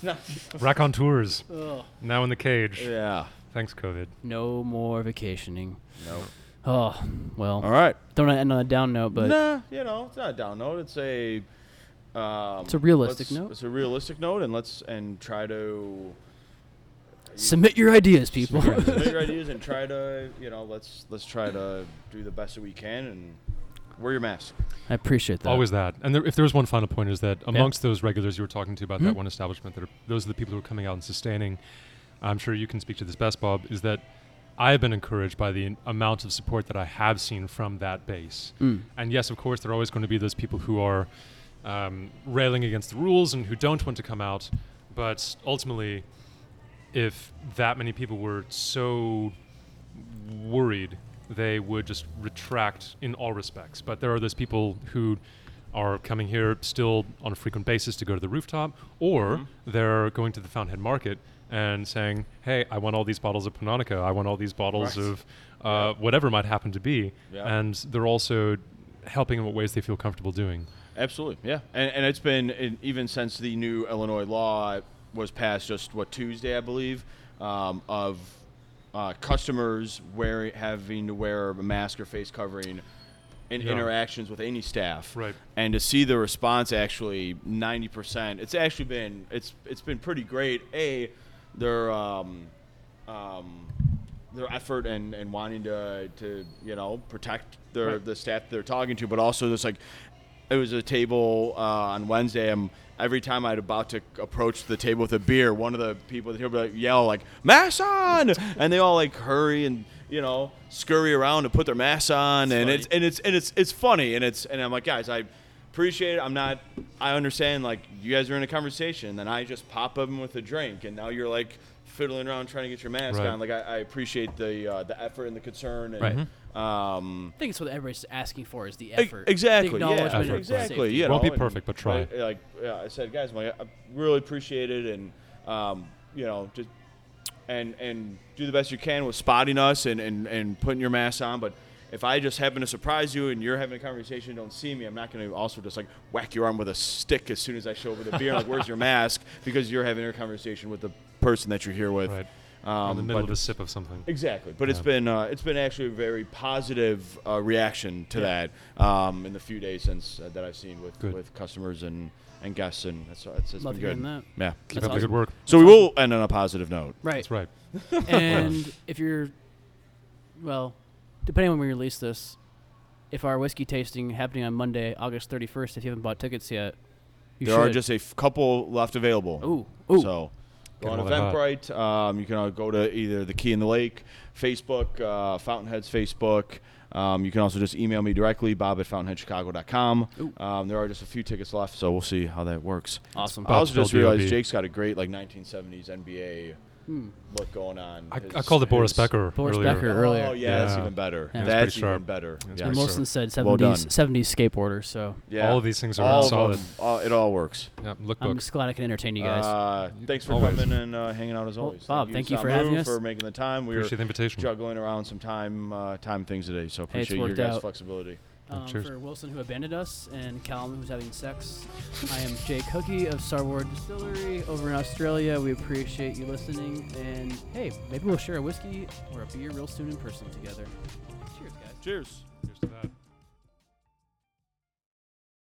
Speaker 2: Raconteurs,
Speaker 1: Ugh.
Speaker 2: now in the cage.
Speaker 4: Yeah.
Speaker 2: Thanks, COVID.
Speaker 1: No more vacationing.
Speaker 4: No.
Speaker 1: Oh well.
Speaker 4: All right.
Speaker 1: Don't wanna end on a down note, but
Speaker 4: nah, you know, it's not a down note. It's a um,
Speaker 1: It's a realistic
Speaker 4: let's-
Speaker 1: note.
Speaker 4: It's a realistic note, and let's and try to
Speaker 1: submit your ideas, people.
Speaker 4: submit your ideas and try to you know let's let's try to do the best that we can and wear your mask.
Speaker 1: I appreciate that.
Speaker 2: Always that. And there, if there's one final point, is that amongst those regulars you were talking to about that
Speaker 1: Mhm.
Speaker 2: one establishment, that are, those are the people who are coming out and sustaining. I'm sure you can speak to this best, Bob. Is that I have been encouraged by the amount of support that I have seen from that base.
Speaker 1: Mm.
Speaker 2: And yes, of course, there are always going to be those people who are um, railing against the rules and who don't want to come out. But ultimately, if that many people were so worried, they would just retract in all respects. But there are those people who are coming here still on a frequent basis to go to the rooftop, or
Speaker 4: Mm-hmm.
Speaker 2: they're going to the Fountainhead Market and saying, "Hey, I want all these bottles of Panonica. I want all these bottles
Speaker 4: Right.
Speaker 2: of uh, whatever might happen to be."
Speaker 4: Yeah.
Speaker 2: And they're also helping in what ways they feel comfortable doing.
Speaker 4: Absolutely, yeah. And, and it's been and even since the new Illinois law was passed, just what Tuesday, I believe, um, of uh, customers wearing having to wear a mask or face covering in
Speaker 2: Yeah.
Speaker 4: interactions with any staff,
Speaker 2: Right.
Speaker 4: And to see the response, actually ninety percent. It's actually been it's it's been pretty great. A, they're um, um, their effort and, and wanting to, to you know protect their
Speaker 2: Right.
Speaker 4: the staff they're talking to, but also just like it was a table uh, on Wednesday. i every time I'd about to approach the table with a beer, one of the people at the table would like, yell like "mask on," and they all like hurry and you know scurry around to put their masks on, and it's and it's and it's it's funny, and it's and I'm like guys, I appreciate it. I'm not. I understand. Like you guys are in a conversation, and then I just pop up with a drink, and now you're like fiddling around trying to get your mask
Speaker 2: Right.
Speaker 4: on. Like I, I appreciate the uh, the effort and the concern. And, Um,
Speaker 1: I think it's what everybody's asking for is the
Speaker 4: e-
Speaker 1: Mm-hmm. effort.
Speaker 4: Exactly.
Speaker 1: The
Speaker 4: Yeah.
Speaker 1: acknowledgement
Speaker 2: Effort,
Speaker 1: of
Speaker 4: Exactly.
Speaker 1: safety.
Speaker 4: You
Speaker 2: Won't
Speaker 4: know,
Speaker 2: be
Speaker 4: and-
Speaker 2: perfect, but try.
Speaker 4: I- like yeah, I said, guys, like, I really appreciate it, and um, you know, just and and do the best you can with spotting us and and and putting your mask on, but. If I just happen to surprise you and you're having a conversation, and don't see me. I'm not going to also just like whack your arm with a stick as soon as I show up with a beer. like, where's your mask? Because you're having a conversation with the person that you're here with.
Speaker 2: Right.
Speaker 4: Um,
Speaker 2: in the middle
Speaker 4: but-
Speaker 2: of a sip of something.
Speaker 4: Exactly, but it's
Speaker 2: Yeah.
Speaker 4: been uh, it's been actually a very positive uh, reaction to that um, in the few days since uh, that I've seen with,
Speaker 2: Good.
Speaker 4: with customers and, and guests, and that's that's it's
Speaker 1: Love
Speaker 4: been
Speaker 1: hearing
Speaker 4: good.
Speaker 1: that.
Speaker 4: Yeah,
Speaker 2: Keep
Speaker 1: That's
Speaker 2: up the
Speaker 1: awesome.
Speaker 2: good work.
Speaker 4: so we will end on a positive note.
Speaker 1: Right.
Speaker 2: That's right.
Speaker 1: And if you're, well, depending on when we release this, if our whiskey tasting happening on Monday, August 31st, if you haven't bought tickets yet, you
Speaker 4: there
Speaker 1: should.
Speaker 4: are just a f- couple left available.
Speaker 1: Ooh, ooh.
Speaker 4: So go
Speaker 2: Get
Speaker 4: on
Speaker 2: all that hot.
Speaker 4: Eventbrite. Um, you can uh, go to either the Key in the Lake Facebook, uh, Fountainhead's Facebook. Um, you can also just email me directly, bob at fountainheadchicago.com. Um, there are just a few tickets left, so we'll see how that works.
Speaker 1: Awesome.
Speaker 4: I also
Speaker 2: Bob
Speaker 4: just
Speaker 2: Phil
Speaker 4: realized
Speaker 2: DRB.
Speaker 4: Jake's got a great like 1970s NBA
Speaker 1: Hmm.
Speaker 4: look going on.
Speaker 2: I, I
Speaker 4: His-
Speaker 2: called it Boris
Speaker 4: his-
Speaker 2: Becker
Speaker 1: Boris
Speaker 2: earlier.
Speaker 1: Becker
Speaker 4: Oh
Speaker 1: earlier.
Speaker 4: yeah, that's
Speaker 2: Yeah.
Speaker 4: even better.
Speaker 1: Yeah.
Speaker 2: That's
Speaker 4: That's
Speaker 2: pretty sharp.
Speaker 4: even better.
Speaker 2: That's
Speaker 4: Yeah.
Speaker 1: And
Speaker 2: pretty
Speaker 1: Wilson
Speaker 2: sure.
Speaker 1: said 70s,
Speaker 4: Well done.
Speaker 1: 70s skateboarder, so
Speaker 4: Yeah.
Speaker 2: All of these things are
Speaker 4: All of
Speaker 2: solid.
Speaker 4: them. All- it all works.
Speaker 2: Yeah, lookbook.
Speaker 1: I'm just glad I can entertain you guys.
Speaker 4: Uh, thanks for
Speaker 2: Always.
Speaker 4: coming and uh, hanging out as always.
Speaker 1: Bob, thank you for
Speaker 4: Samu,
Speaker 1: having us.
Speaker 4: For making the time. We were
Speaker 2: Appreciate the invitation.
Speaker 4: juggling around some time uh, time things today, so
Speaker 1: Hey, it's
Speaker 4: appreciate your
Speaker 1: worked
Speaker 4: guys'
Speaker 1: out.
Speaker 4: flexibility.
Speaker 1: um,
Speaker 2: cheers.
Speaker 1: for Wilson, who abandoned us, and Callum, who's having sex. I am Jake Hookie of Star Wars Distillery over in Australia. We appreciate you listening. And hey, maybe we'll share a whiskey or a beer real soon in person together. Cheers, guys.
Speaker 4: Cheers.
Speaker 2: Here's to that.